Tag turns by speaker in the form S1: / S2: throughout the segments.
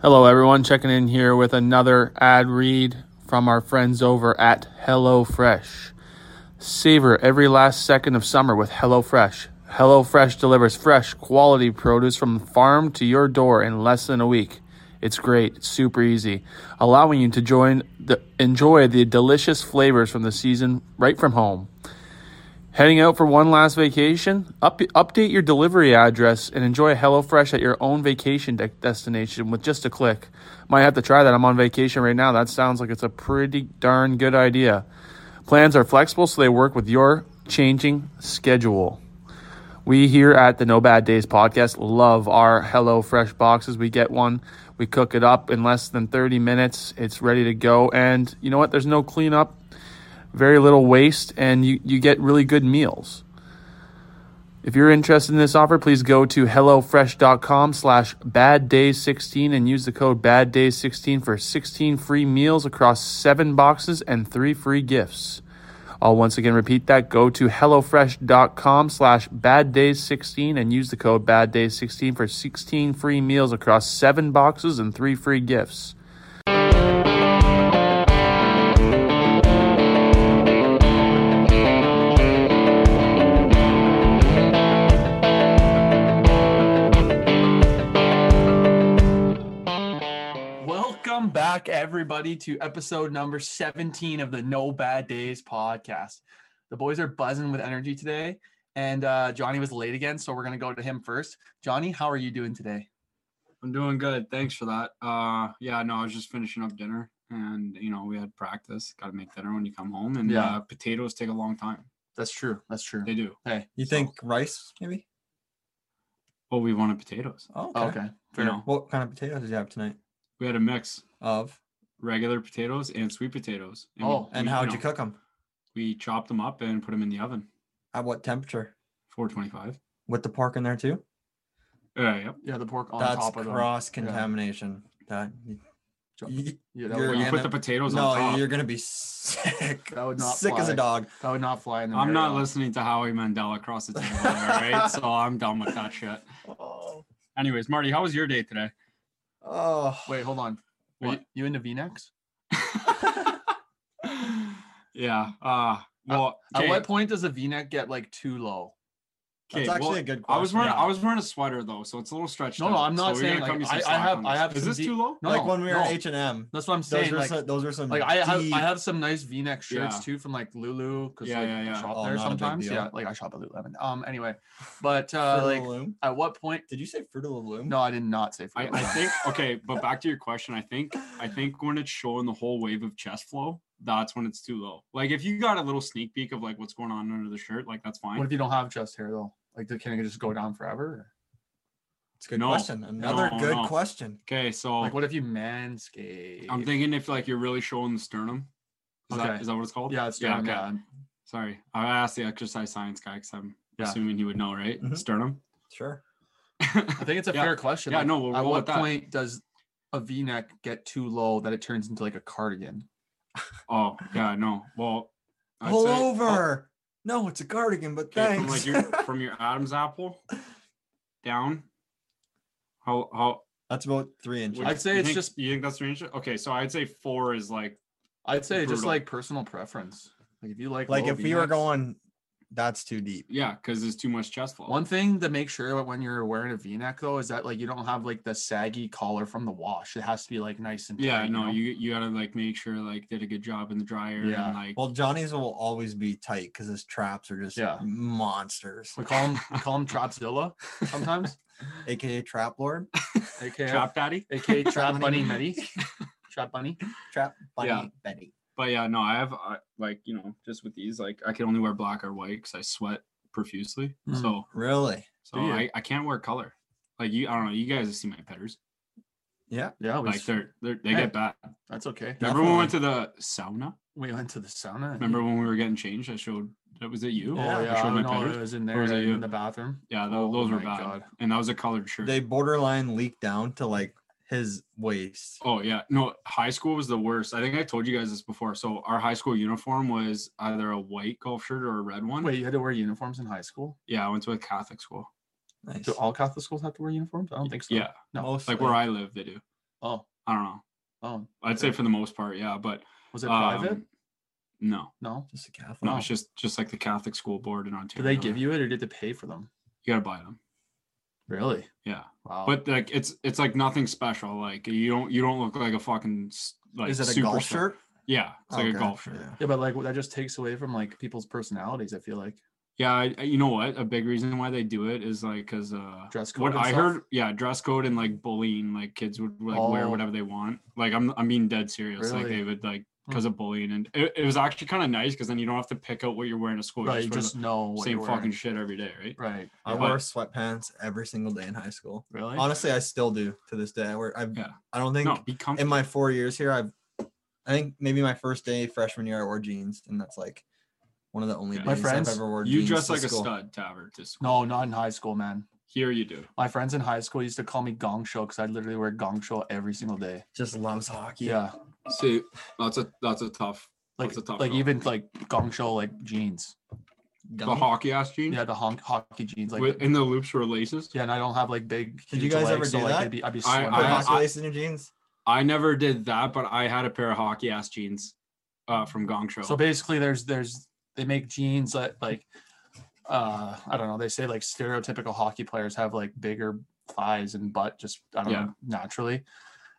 S1: Hello, everyone. Checking in here with another ad read from our friends over at HelloFresh. Savor every last second of summer with HelloFresh. HelloFresh delivers fresh, quality produce from the farm to your door in less than a week. It's great, it's super easy, allowing you to join the, enjoy the delicious flavors from the season right from home. Heading out for one last vacation? Up, update your delivery address and enjoy HelloFresh at your own vacation de- destination with just a click. Might have to try that. I'm on vacation right now. That sounds like it's a pretty darn good idea. Plans are flexible, so they work with your changing schedule. We here at the No Bad Days podcast love our Hello Fresh boxes. We get one, we cook it up in less than 30 minutes. It's ready to go. And you know what? There's no cleanup, very little waste, and you, you get really good meals. If you're interested in this offer, please go to HelloFresh.com slash BadDays16 and use the code BadDays16 for 16 free meals across 7 boxes and 3 free gifts. I'll once again repeat that. Go to HelloFresh.com slash BadDays16 and use the code BadDays16 for 16 free meals across 7 boxes and 3 free gifts.
S2: Welcome back, everybody, to episode number 17 of the No Bad Days podcast. The boys are buzzing with energy today, and uh, Johnny was late again, so we're going to go to him first. Johnny, how are you doing today?
S3: I'm doing good. Thanks for that. Uh, yeah, no, I was just finishing up dinner, and you know we had practice. Got to make dinner when you come home, and
S2: Yeah.
S3: uh, potatoes take a long time.
S2: That's true. That's true.
S3: They do.
S2: Hey,
S4: You
S3: So-
S4: think rice, maybe?
S3: Well, we wanted potatoes.
S4: Oh, okay.
S2: oh, okay. Fair
S3: You
S2: enough.
S3: know,
S4: What kind of potatoes did you have tonight?
S3: we had a mix
S4: Of
S3: regular potatoes and sweet potatoes. we-
S2: Oh,
S4: and
S3: we,
S4: how would
S3: know,
S4: you cook them?
S3: We chopped them up and put them in the oven.
S4: At what temperature?
S3: 425.
S4: With the pork in there too?
S3: Uh, yep.
S2: Yeah, the pork on
S4: That's
S2: top of them.
S4: cross contamination. That you-
S2: Jo-
S4: you-
S2: Yeah, that,
S3: Well,
S4: You're
S2: would
S3: you
S2: not,
S4: gonna-
S3: put the potatoes on
S4: no,
S3: top.
S4: you're gonna be sick.
S2: That would not
S4: sick as
S2: fly.
S4: a dog.
S2: that would not fly in the
S3: I'm not
S2: Marriott.
S3: listening to Howie Mandel across the table, all right? So I'm done with that shit.
S4: Oh,
S3: Anyways, Marty, how was your day today?
S4: oh.
S2: Wait, hold on. Were
S3: What?
S2: you, you into V-necks?
S3: yeah. Uh, well,
S2: At
S3: okay,
S2: what point does a V-neck get like too low?
S3: okay,
S4: That's actually
S3: well,
S4: a good
S3: I was wearing
S4: question.
S3: I was wearing a sweater though, so it's a little stretched.
S2: No, no,
S3: out,
S2: I'm not
S3: so you're
S2: saying, like,
S3: gonna cut me some
S2: I- I
S3: slack
S2: have-
S3: on
S2: I
S3: this.
S2: have
S3: Is
S2: some
S3: this
S2: deep-
S3: too low?
S2: No,
S4: like when we were
S2: no.
S4: at H and M.
S2: That's what I'm
S4: Those
S2: saying.
S4: were
S2: Like,
S4: some, those were some
S2: like I have
S4: deep-
S2: I have some nice V-neck shirts
S3: Yeah.
S2: too from like Lulu because
S3: Yeah,
S2: like,
S3: yeah,
S2: I
S3: yeah.
S2: shop
S4: Oh,
S2: there
S4: not a big
S2: sometimes.
S4: deal.
S2: Yeah, like I shop at Lululemon. Um, anyway, but uh,
S4: Fruit
S2: like
S4: of the Loom.
S2: at what point?
S4: Did you say Fruit of the Loom?
S2: No, I did not say.
S3: I,
S2: Fruit
S3: I
S2: Loops.
S3: think okay, but back to your question, I think I think when it's showing the whole wave of chest flow, that's when it's too low. Like if you got a little sneak peek of like what's going on under the shirt, like that's fine.
S2: What if you don't have chest hair though? Like, the- can it just go down forever?
S4: It's a good
S3: No.
S4: question. Another
S3: No,
S4: good
S3: no.
S4: question.
S3: Okay, so
S2: Like, what if you manscape?
S3: Oh. I'm thinking if like you're really showing the sternum. Is
S2: Okay.
S3: that is that what it's called?
S2: Yeah, it's
S3: yeah,
S2: down.
S3: okay.
S2: Yeah,
S3: Sorry, I asked the exercise science guy because I'm
S2: Yeah. Mm-hmm.
S3: assuming he would know, right?
S4: Mhm.
S3: Sternum.
S4: Sure.
S2: I think it's a
S3: Yeah.
S2: fair question.
S3: Yeah,
S2: like,
S3: no, we'll
S2: at
S3: roll
S2: what
S3: with that.
S2: point does a V-neck get too low that it turns into like a cardigan?
S3: oh yeah, no. Well, I'd
S4: Pull
S3: say- oh
S4: over. No, it's a cardigan, but
S3: Okay, from
S4: thanks.
S3: like your from your Adam's apple down. How how?
S4: That's about three inches.
S3: would-
S2: I'd say
S3: you
S2: it's
S3: think-
S2: just-
S3: you think that's range. Okay, so I'd say four is like
S2: I'd say just
S3: Brutal.
S2: like personal preference. Like, if you like,
S4: like
S2: low
S4: if we were
S2: V-necks-
S4: going, that's too deep.
S3: yeah, because there's too much chest flow.
S2: One thing to make sure that when you're wearing a V-neck though is that like you don't have like the saggy collar from the wash. It has to be like nice and
S3: yeah,
S2: tight,
S3: no,
S2: know?
S3: you you gotta like make sure like did a good job in the dryer.
S2: Yeah.
S3: and, like
S4: Well, Johnny's will always be tight because his traps are just
S2: Yeah.
S4: monsters,
S2: we call him we call him Trapzilla sometimes,
S4: aka Trap Lord,
S2: aka
S3: trap daddy.
S2: aka Trap Bunny Betty, Trap Bunny.
S4: Trap Bunny
S3: Yeah.
S4: Betty.
S3: But yeah, no, I have uh, like you know just with these like I can only wear black or white because I sweat profusely.
S2: Mhm.
S3: So
S4: Really?
S3: so
S2: Do you?
S3: I, I can't wear color. Like you, I don't know. You guys have seen my petters.
S4: Yeah.
S2: Oh, Yeah, we,
S3: Like they're, they're they
S2: Hey.
S3: get bad.
S2: that's okay.
S3: Remember when we went to the sauna?
S2: We went to the sauna. and-
S3: Remember when we were getting changed? I showed. That was it. You?
S2: Oh yeah,
S3: I
S2: yeah
S3: showed
S2: I
S3: my
S2: know
S3: petters.
S2: it was in
S3: Or
S2: there
S3: was it you?
S2: in the bathroom.
S3: Yeah, tho-
S2: Oh
S3: those were
S2: my
S3: bad.
S2: God.
S3: And that was a colored shirt.
S4: They borderline leak down to like his waist.
S3: oh yeah, no, high school was the worst. I think I told you guys this before. So our high school uniform was either a white golf shirt or a red one.
S2: Wait, you had to wear uniforms in high school?
S3: Yeah, I went to a Catholic school.
S4: Nice.
S2: Do all Catholic schools have to wear uniforms? I don't think so.
S3: Yeah,
S2: No.
S4: Mostly.
S3: like where I live, they do.
S2: Oh,
S3: I don't know.
S2: oh.
S3: I'd say
S2: Okay.
S3: for the most part, yeah. But
S2: Was it private?
S3: um, No,
S2: No.
S4: just a Catholic.
S3: no, it's just just like the Catholic school board in
S2: Do
S3: Ontario.
S2: they give you it or Oh. did they pay for them?
S3: You gotta buy them.
S2: Really?
S3: Yeah,
S2: Wow.
S3: but like it's it's like nothing special. Like you don't you don't look like a fucking s- like
S4: Is it a
S3: super
S4: golf
S3: star.
S4: shirt?
S3: Yeah, it's like
S4: Okay,
S3: a golf shirt.
S4: yeah.
S2: yeah, but like that just takes away from like people's personalities. I feel like
S3: Yeah, I, I- you know what? A big reason why they do it is like because uh,
S2: Dress
S3: What
S2: code and
S3: I
S2: stuff?
S3: heard, yeah, dress code and like bullying, like kids would like wear
S2: Oh.
S3: whatever they want. Like I'm, I'm being dead serious. Like
S2: Really?
S3: they would like
S2: Hmm.
S3: because of bullying, and it, it was actually kind of nice because then you don't have to pick out what you're wearing to school.
S2: right. You
S3: oh, wear the
S2: just know what
S3: same
S2: you're
S3: fucking
S2: wearing.
S3: shit every day, right?
S2: Right.
S4: I
S3: Yeah.
S4: wore sweatpants every single day in high school.
S2: Really?
S4: Honestly, I still do to this day. I wear. I,
S3: Yeah.
S4: I don't think
S3: No, be comfortable.
S4: in my four years here, I've. I think maybe my first day freshman year I wore jeans, and that's like one of the only
S3: Yeah.
S4: days
S3: My
S2: friends-
S4: I've ever worn.
S3: you
S4: jeans
S3: dress
S4: to
S3: like a
S4: school.
S3: stud, Tavert. To school.
S2: No, not in high school, man.
S3: Here you do.
S2: My friends in high school used to call me Gong Show because I literally wear Gong Show every single day.
S4: Just loves hockey.
S2: Yeah,
S3: See, that's a that's a tough.
S2: like
S3: That's a tough
S2: like
S3: call.
S2: even like Gong Show like jeans.
S3: The
S4: Gummy?
S3: hockey ass jeans.
S2: Yeah, the honk, hockey jeans. Like
S3: With, and the loops were laces.
S2: yeah, and I don't have like big.
S4: Did you
S2: huge
S4: guys
S2: legs,
S4: ever
S2: so,
S4: do
S2: like,
S4: that?
S2: I'd be, I'd be
S3: I-
S2: sweating.
S4: Put
S3: I-
S4: hockey lace in your jeans.
S3: I never did that, but I had a pair of hockey ass jeans uh, from Gong Show.
S2: So basically, there's there's they make jeans that like uh I don't know. They say like stereotypical hockey players have like bigger thighs and butt just I don't
S3: Yeah.
S2: know naturally,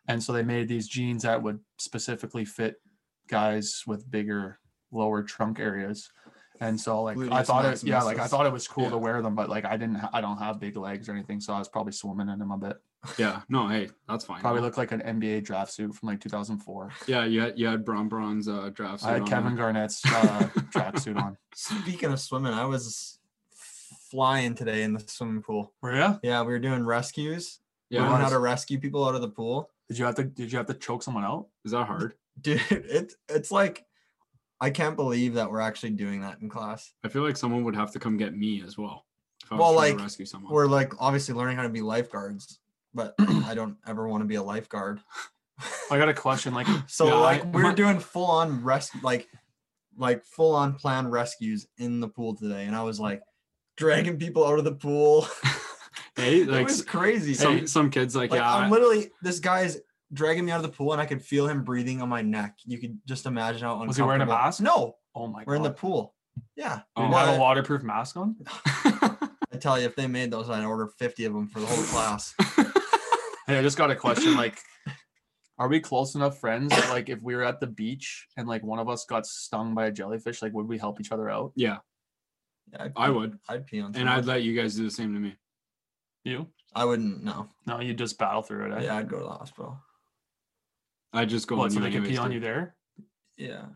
S2: and so they made these jeans that would specifically fit guys with bigger lower trunk areas. And so like I
S4: Gluteus
S2: thought it yeah like I
S4: maximus.
S2: thought it was cool
S3: Yeah.
S2: to wear them, but like I didn't ha- I don't have big legs or anything, so I was probably swimming in them a bit.
S3: yeah, no, hey, that's fine.
S2: Probably looked like an NBA draft suit from like 2004.
S3: Yeah, you had you had Bron Bron's uh, draft.
S2: I
S3: suit
S2: had
S3: on
S2: Kevin
S3: there.
S2: Garnett's uh, tracksuit on.
S4: Speaking of swimming, I was flying today in the swimming pool.
S2: Were you?
S4: Yeah, we were doing rescues. Yeah,
S3: Yeah,
S4: learn how to rescue people out of the pool.
S2: Did you have to Did you have to choke someone out?
S3: is that hard?
S4: Dude, it's it's like I can't believe that we're actually doing that in class.
S3: I feel like someone would have to come get me as well. If I was
S4: Well,
S3: trying to
S4: like,
S3: rescue someone.
S4: We're like obviously learning how to be lifeguards, but I don't ever want to be a lifeguard.
S2: I got a question. Like,
S4: So
S3: Yeah, I-
S4: like we were
S3: my-
S4: doing full on rescue like like full on plan rescues in the pool today and I was like dragging people out of the pool.
S3: hey,
S4: it
S3: like
S4: was crazy.
S3: some some kids like,
S4: Like
S3: yeah, I-
S4: I'm literally this guy's dragging me out of the pool and I could feel him breathing on my neck. You could just imagine how uncomfortable.
S2: Was he wearing a mask?
S4: No,
S2: oh my god,
S4: we're in the pool. Yeah.
S2: You
S3: Oh.
S2: didn't have a waterproof mask on.
S4: I tell you, if they made those, I'd order 50 of them for the whole class.
S2: Hey, I just got a question. Like, are we close enough friends that like if we were at the beach and like one of us got stung by a jellyfish, like would we help each other out?
S3: yeah,
S4: Yeah, I'd
S3: I
S4: pee-
S3: would,
S4: I'd pee on
S3: and I'd
S4: someone.
S3: let you guys do the same to me.
S2: You?
S4: I wouldn't, no.
S2: No, you just battle through it. eh?
S4: Yeah, I'd go to the hospital.
S3: I'd just go.
S2: What?
S3: on
S2: So
S3: you
S2: they can pee
S3: anyways,
S2: on
S3: too.
S2: you there?
S4: Yeah.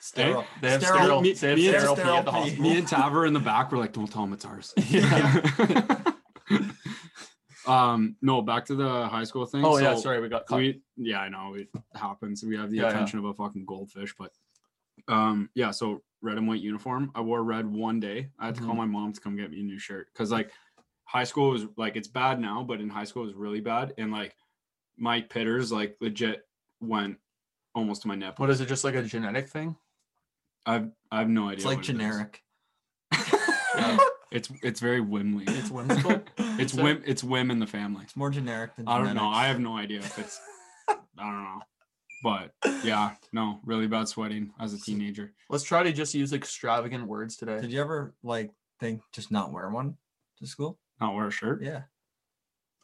S3: Sterile.
S2: They have
S4: Sterile.
S2: sterile.
S3: Me-
S2: they have
S3: me and
S2: sterile pee
S4: sterile
S2: at the
S4: pee.
S2: hospital.
S3: Me and Taver in the back were like, "Don't tell him it's ours."
S2: Yeah.
S3: um, no, back to the high school thing.
S2: oh yeah,
S3: So-
S2: sorry, we got cut.
S3: we yeah i know it happens we have the
S2: Yeah, yeah.
S3: attention of a fucking goldfish but um yeah so red and white uniform i wore red one day i had to call
S2: Mm-hmm.
S3: my mom to come get me a new shirt because like high school was like it's bad now but in high school it was really bad and like my pitters like legit went almost to my nipple
S2: what is it? Just like a genetic thing?
S3: i've i have no idea
S4: It's like
S3: what it is.
S4: generic.
S2: Yeah.
S3: it's it's very whimly
S2: It's whimsical.
S3: it's
S2: Is it?
S3: whim it's whim in the family
S4: It's more generic than
S3: i don't know i have
S4: genetics.
S3: no idea if it's i don't know but yeah no really bad sweating as a teenager
S2: Let's try to just use extravagant words today.
S4: Did you ever like think just not wear one to school?
S3: not wear a shirt.
S4: Yeah.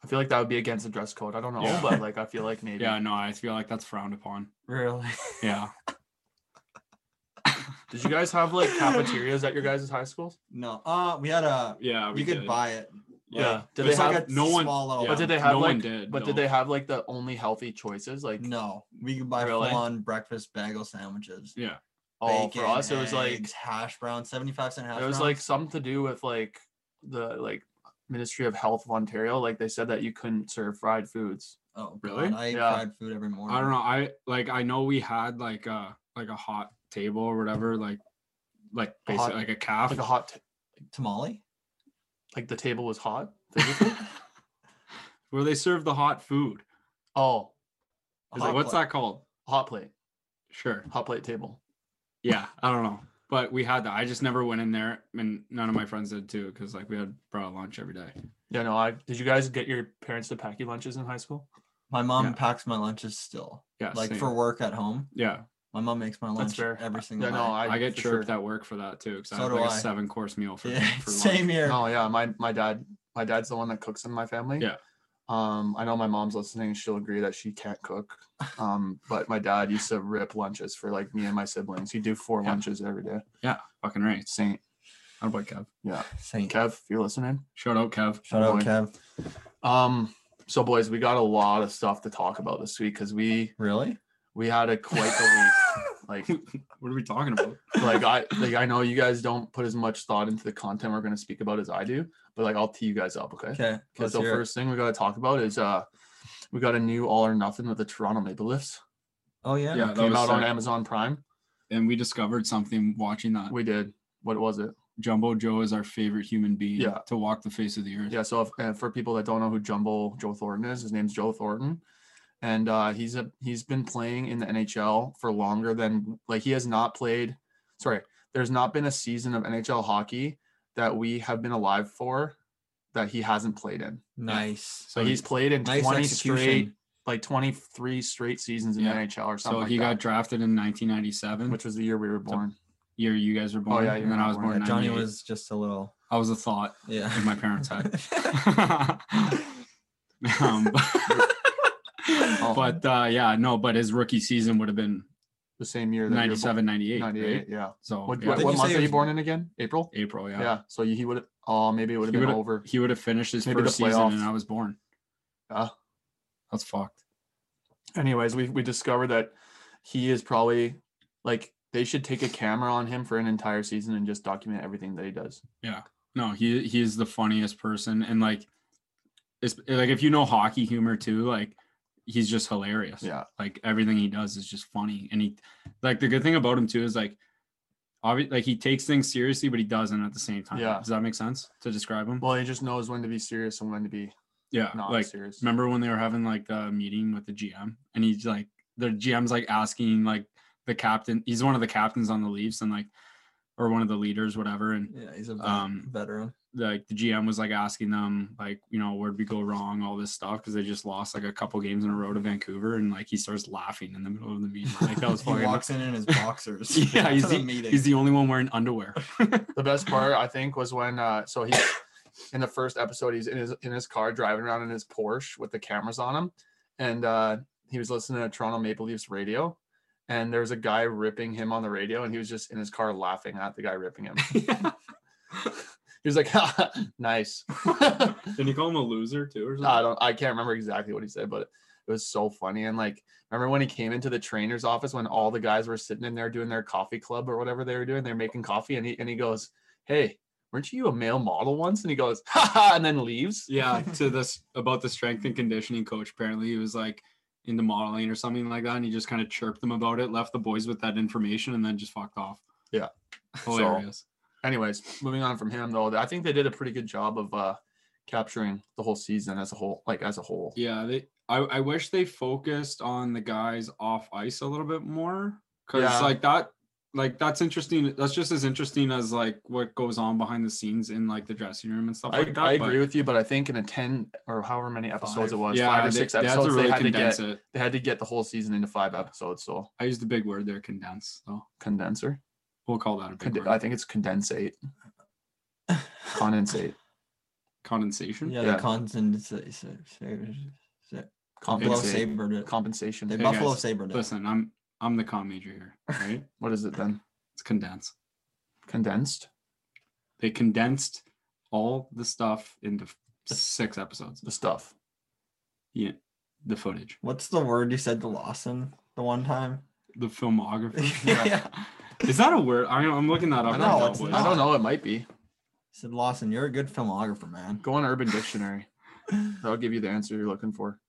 S2: I feel like that would be against the dress code. I don't know,
S3: Yeah.
S2: but like I feel like maybe.
S3: Yeah, no, I feel like that's frowned upon.
S4: Really?
S3: Yeah.
S2: Did you guys have like cafeterias at your guys' high schools?
S4: No. Uh we had a
S3: Yeah,
S4: you could
S3: did.
S4: buy it.
S2: Yeah. Did
S4: It's
S2: they
S4: like
S2: have-
S4: a
S3: no one-
S4: small little
S3: yeah.
S2: But did they have
S3: no one
S2: like?
S3: did,
S2: but did
S3: no.
S2: they have like the only healthy choices? Like
S4: No, we could buy
S2: Really?
S4: full on breakfast bagel sandwiches.
S3: Yeah.
S2: Oh, for us it was like
S4: eggs, hash brown, seventy five cent hash.
S2: it was
S4: browns.
S2: like something to do with like the like Ministry of Health of Ontario, like they said that you couldn't serve fried foods.
S4: Oh,
S3: Really?
S4: God, I eat
S2: Yeah.
S4: fried food every morning.
S3: I don't know. I like I know we had like a like a hot table or whatever, like like
S2: A hot-
S3: basically like a calf.
S2: Like a hot, t-
S4: Tamale?
S2: like the table was hot. physically?
S3: where they serve the hot food.
S2: oh,
S4: A
S3: Is
S4: hot
S3: like, what's
S4: plate.
S3: that called?
S2: hot plate,
S3: Sure.
S2: hot plate table.
S3: Yeah, I don't know. But we had that. I just never went in there and none of my friends did too, because like we had brought lunch every day.
S2: Yeah, no. I did. You guys get your parents to pack you lunches in high school?
S4: My mom
S3: Yeah.
S4: packs my lunches still.
S3: Yeah.
S4: like
S3: same.
S4: for work at home,
S3: yeah.
S4: my mom makes my lunch
S2: fair.
S4: every single
S2: Yeah,
S4: night.
S2: no. I,
S3: I, get
S2: for sure.
S3: chirped at work for that too, because I
S4: So
S3: have
S4: do
S3: like
S4: I.
S3: a seven course meal for,
S4: yeah,
S3: for
S4: same
S3: lunch.
S4: here.
S2: Oh yeah, my my dad my dad's the one that cooks in my family.
S3: Yeah.
S2: Um, I know my mom's listening; she'll agree that she can't cook. Um, but my dad used to rip lunches for like me and my siblings. He'd do four
S3: Yeah.
S2: lunches every day.
S3: Fucking right.
S2: Saint
S3: How about Kev?
S4: Saint.
S2: Kev, if you're listening.
S3: Shout out Kev.
S4: Shout out
S2: boy.
S4: Kev.
S2: Um, so boys, we got a lot of stuff to talk about this week because we
S4: Really?
S2: we had a quite the week. Like
S3: What are we talking about?
S2: like I like I know you guys don't put as much thought into the content we're gonna speak about as I do, but like I'll tee you guys up, okay?
S4: Okay.
S2: Okay,
S4: Let's
S2: so
S4: hear it.
S2: first thing we gotta talk about is uh we got a new all or nothing with the Toronto Maple Leafs.
S4: Oh yeah.
S3: Yeah, that
S2: Came
S3: was
S2: out on
S3: sick.
S2: Amazon Prime.
S3: And we discovered something watching that.
S2: We did. What was it?
S3: Jumbo Joe is our favorite human being
S2: Yeah.
S3: to walk the face of the earth.
S2: Yeah. So if, uh, for people that don't know who Jumbo Joe Thornton is, his name's Joe Thornton, and uh, he's a he's been playing in the NHL for longer than like he has not played. Sorry, there's not been a season of NHL hockey that we have been alive for that he hasn't played in.
S4: Nice.
S2: So he's played in
S4: nice
S2: 20
S4: execution.
S2: straight, like 23 straight seasons in
S3: Yeah.
S2: the NHL or something.
S3: So
S2: like
S3: he
S2: that.
S3: got drafted in 1997, which
S2: which was the year we were born.
S3: year you guys were born.
S2: yeah, you
S3: and then
S2: were
S3: I was
S2: born.
S3: born.
S4: Oh, Yeah,
S3: in
S4: Johnny
S3: 98.
S4: was just a little.
S3: I was a thought
S4: Yeah.
S3: in my parents' head. um,
S2: Oh.
S3: but uh, yeah, no. But his rookie season would have been
S2: The same year that
S3: 97,
S2: you
S3: 98.
S2: were born. 98,
S3: right?
S2: Oh, yeah.
S3: So
S2: What,
S3: yeah.
S2: what,
S4: Did
S2: what
S4: you
S2: month
S4: say
S2: are
S4: it
S2: you
S4: was-
S2: born in again? April.
S3: April,
S2: Yeah.
S3: yeah.
S2: So he would. Oh, maybe it would have
S3: He
S2: been
S3: would've-
S2: over.
S3: He would have finished his
S2: Maybe the
S3: first season, and
S2: playoffs. Ah.
S3: I was born.
S2: Yeah.
S3: That's fucked.
S2: Anyways, we we discovered that he is probably like they should take a camera on him for an entire season and just document everything that he does.
S3: No, he he is the funniest person, and like, it's like if you know hockey humor too, like he's just hilarious.
S2: Yeah.
S3: like everything he does is just funny, and he like the good thing about him too is like, obviously, like he takes things seriously, but he doesn't at the same time.
S2: Yeah.
S3: does that make sense to describe him?
S2: Well, he just knows when to be serious and when to be
S3: yeah,
S2: not
S3: like
S2: serious.
S3: remember when they were having like the meeting with the GM and he's like the GM's like asking like the captain he's one of the captains on the Leafs and like or one of the leaders whatever and
S4: yeah, he's a vet-
S3: Um,
S4: veteran.
S3: like the GM was like asking them like you know where'd we go wrong all this stuff because they just lost like a couple games in a row to Vancouver and like he starts laughing in the middle of the meeting like that was
S4: he
S3: fucking
S4: walks in in his boxers.
S3: yeah
S4: to
S3: he's
S4: the
S3: the,
S4: meeting.
S3: he's the only one wearing underwear
S2: The best part, I think, was when uh so he in the first episode he's in his in his car driving around in his Porsche with the cameras on him, and uh he was listening to Toronto Maple Leafs radio, and there was a guy ripping him on the radio, and he was just in his car laughing at the guy ripping him. he was like, "Ha, "Nice." I
S3: and you call him a loser too or
S2: don't, I can't remember exactly what he said, but it was so funny. And like, remember when he came into the trainer's office when all the guys were sitting in there doing their coffee club or whatever they were doing, they're making coffee, and he and he goes, "Hey." Weren't you a male model once? And he goes, ha ha, and then leaves.
S3: yeah to this about the strength and conditioning coach apparently he was like into modeling or something like that and he just kind of chirped them about it left the boys with that information and then just fucked off
S2: Yeah.
S3: hilarious
S2: anyways, moving on from him though, I think they did a pretty good job of uh capturing the whole season as a whole, like as a whole.
S3: yeah they I, I wish they focused on the guys off ice a little bit more because
S2: Yeah.
S3: like that like that's interesting that's just as interesting as like what goes on behind the scenes in like the dressing room and stuff
S2: I,
S3: like that
S2: I
S3: but
S2: agree with you, but I think in a ten or however many episodes it was,
S3: yeah
S2: five or
S3: they-
S2: six
S3: they had to
S2: episodes, they
S3: really
S2: had to
S3: condense
S2: get
S3: it
S2: they had to get the whole season into five episodes. So
S3: i used the big word there condense so
S2: condenser,
S3: we'll call that a big
S2: Conde-
S3: word.
S2: I think it's condensate,
S3: e-,
S2: condensate,
S3: condensation
S4: yeah,
S2: yeah.
S4: the uh, condensation. uh, Buffalo
S2: compensate,
S4: sabered it.
S2: compensation.
S4: They
S3: Hey,
S4: Buffalo
S3: guys,
S4: sabered it.
S3: Listen, I'm I'm the con major here, right?
S2: What is it then?
S3: it's condensed.
S2: Condensed.
S3: They condensed all the stuff into f- six episodes.
S2: The stuff.
S3: Yeah, the footage,
S4: What's the word you said to Lawson the one time?
S3: the filmography.
S4: Yeah.
S3: Is that a word? I, I'm looking that up.
S2: I
S3: right
S2: know.
S3: now,
S2: it's-
S3: boys.
S2: I don't know. It might be.
S4: said, Lawson, you're a good filmographer, man.
S2: Go on Urban Dictionary. That'll give you the answer you're looking for.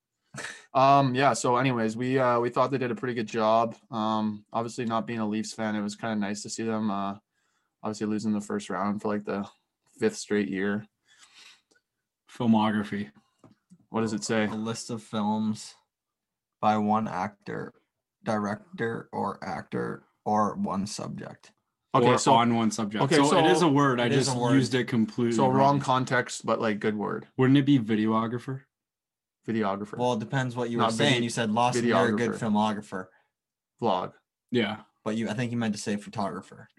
S2: Um, yeah. So, anyways, we uh, we thought they did a pretty good job. Um, obviously, not being a Leafs fan, it was kind of nice to see them. Uh, obviously, losing the first round for like the fifth straight year.
S3: Filmography.
S2: What does it say?
S4: A list of films by one actor, director, or actor, or one subject.
S3: Okay,
S2: Okay,
S3: or
S2: so
S3: on one subject.
S2: okay,
S3: so, it is
S2: so
S3: a word. I
S4: it is
S3: just
S4: a word.
S3: used it completely.
S2: so wrong context, but like good word.
S3: Wouldn't it be videographer?
S2: Videographer
S4: Well, it depends what you
S2: Not
S4: were saying.
S2: vide-
S4: you said Lawson, you're a good
S2: videographer.
S4: filmographer,
S2: vlog.
S3: Yeah.
S4: but you I think you meant to say photographer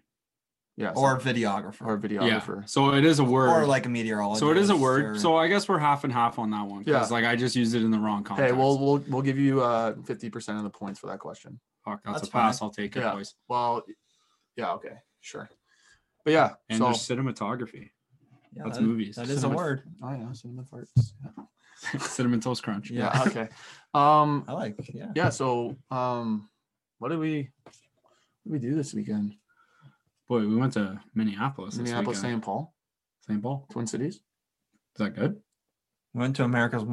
S2: Yeah. so-
S4: or videographer
S2: or
S4: or,
S2: videographer.
S3: Yeah. So it is a word.
S4: like a meteorologist.
S3: so it is a word.
S4: or-
S3: So I guess we're half and half on that one.
S2: Yeah.
S3: Because like I just used it in the wrong
S2: Hey,
S3: context.
S2: we'll we'll we'll give you uh fifty percent of the points for that question.
S3: Fuck, that's,
S4: That's
S3: a pass. I'll take it,
S2: Yeah.
S3: boys.
S2: Well, yeah, okay, sure, but yeah,
S3: And
S2: so
S3: there's cinematography.
S4: Yeah,
S3: that's
S4: that-
S3: movies.
S4: That is a
S3: Cinema-
S4: word.
S2: oh yeah, cinnamon farts. Yeah,
S3: Cinnamon toast crunch.
S4: Yeah.
S2: yeah okay. Um,
S4: I like. Yeah.
S2: yeah, so um, what did we what did we do this weekend?
S3: Boy, we went to Minneapolis. this
S2: Minneapolis,
S3: weekend.
S2: St. Paul,
S3: St. Paul.
S2: Twin Cities.
S3: Is that good?
S4: We went to America's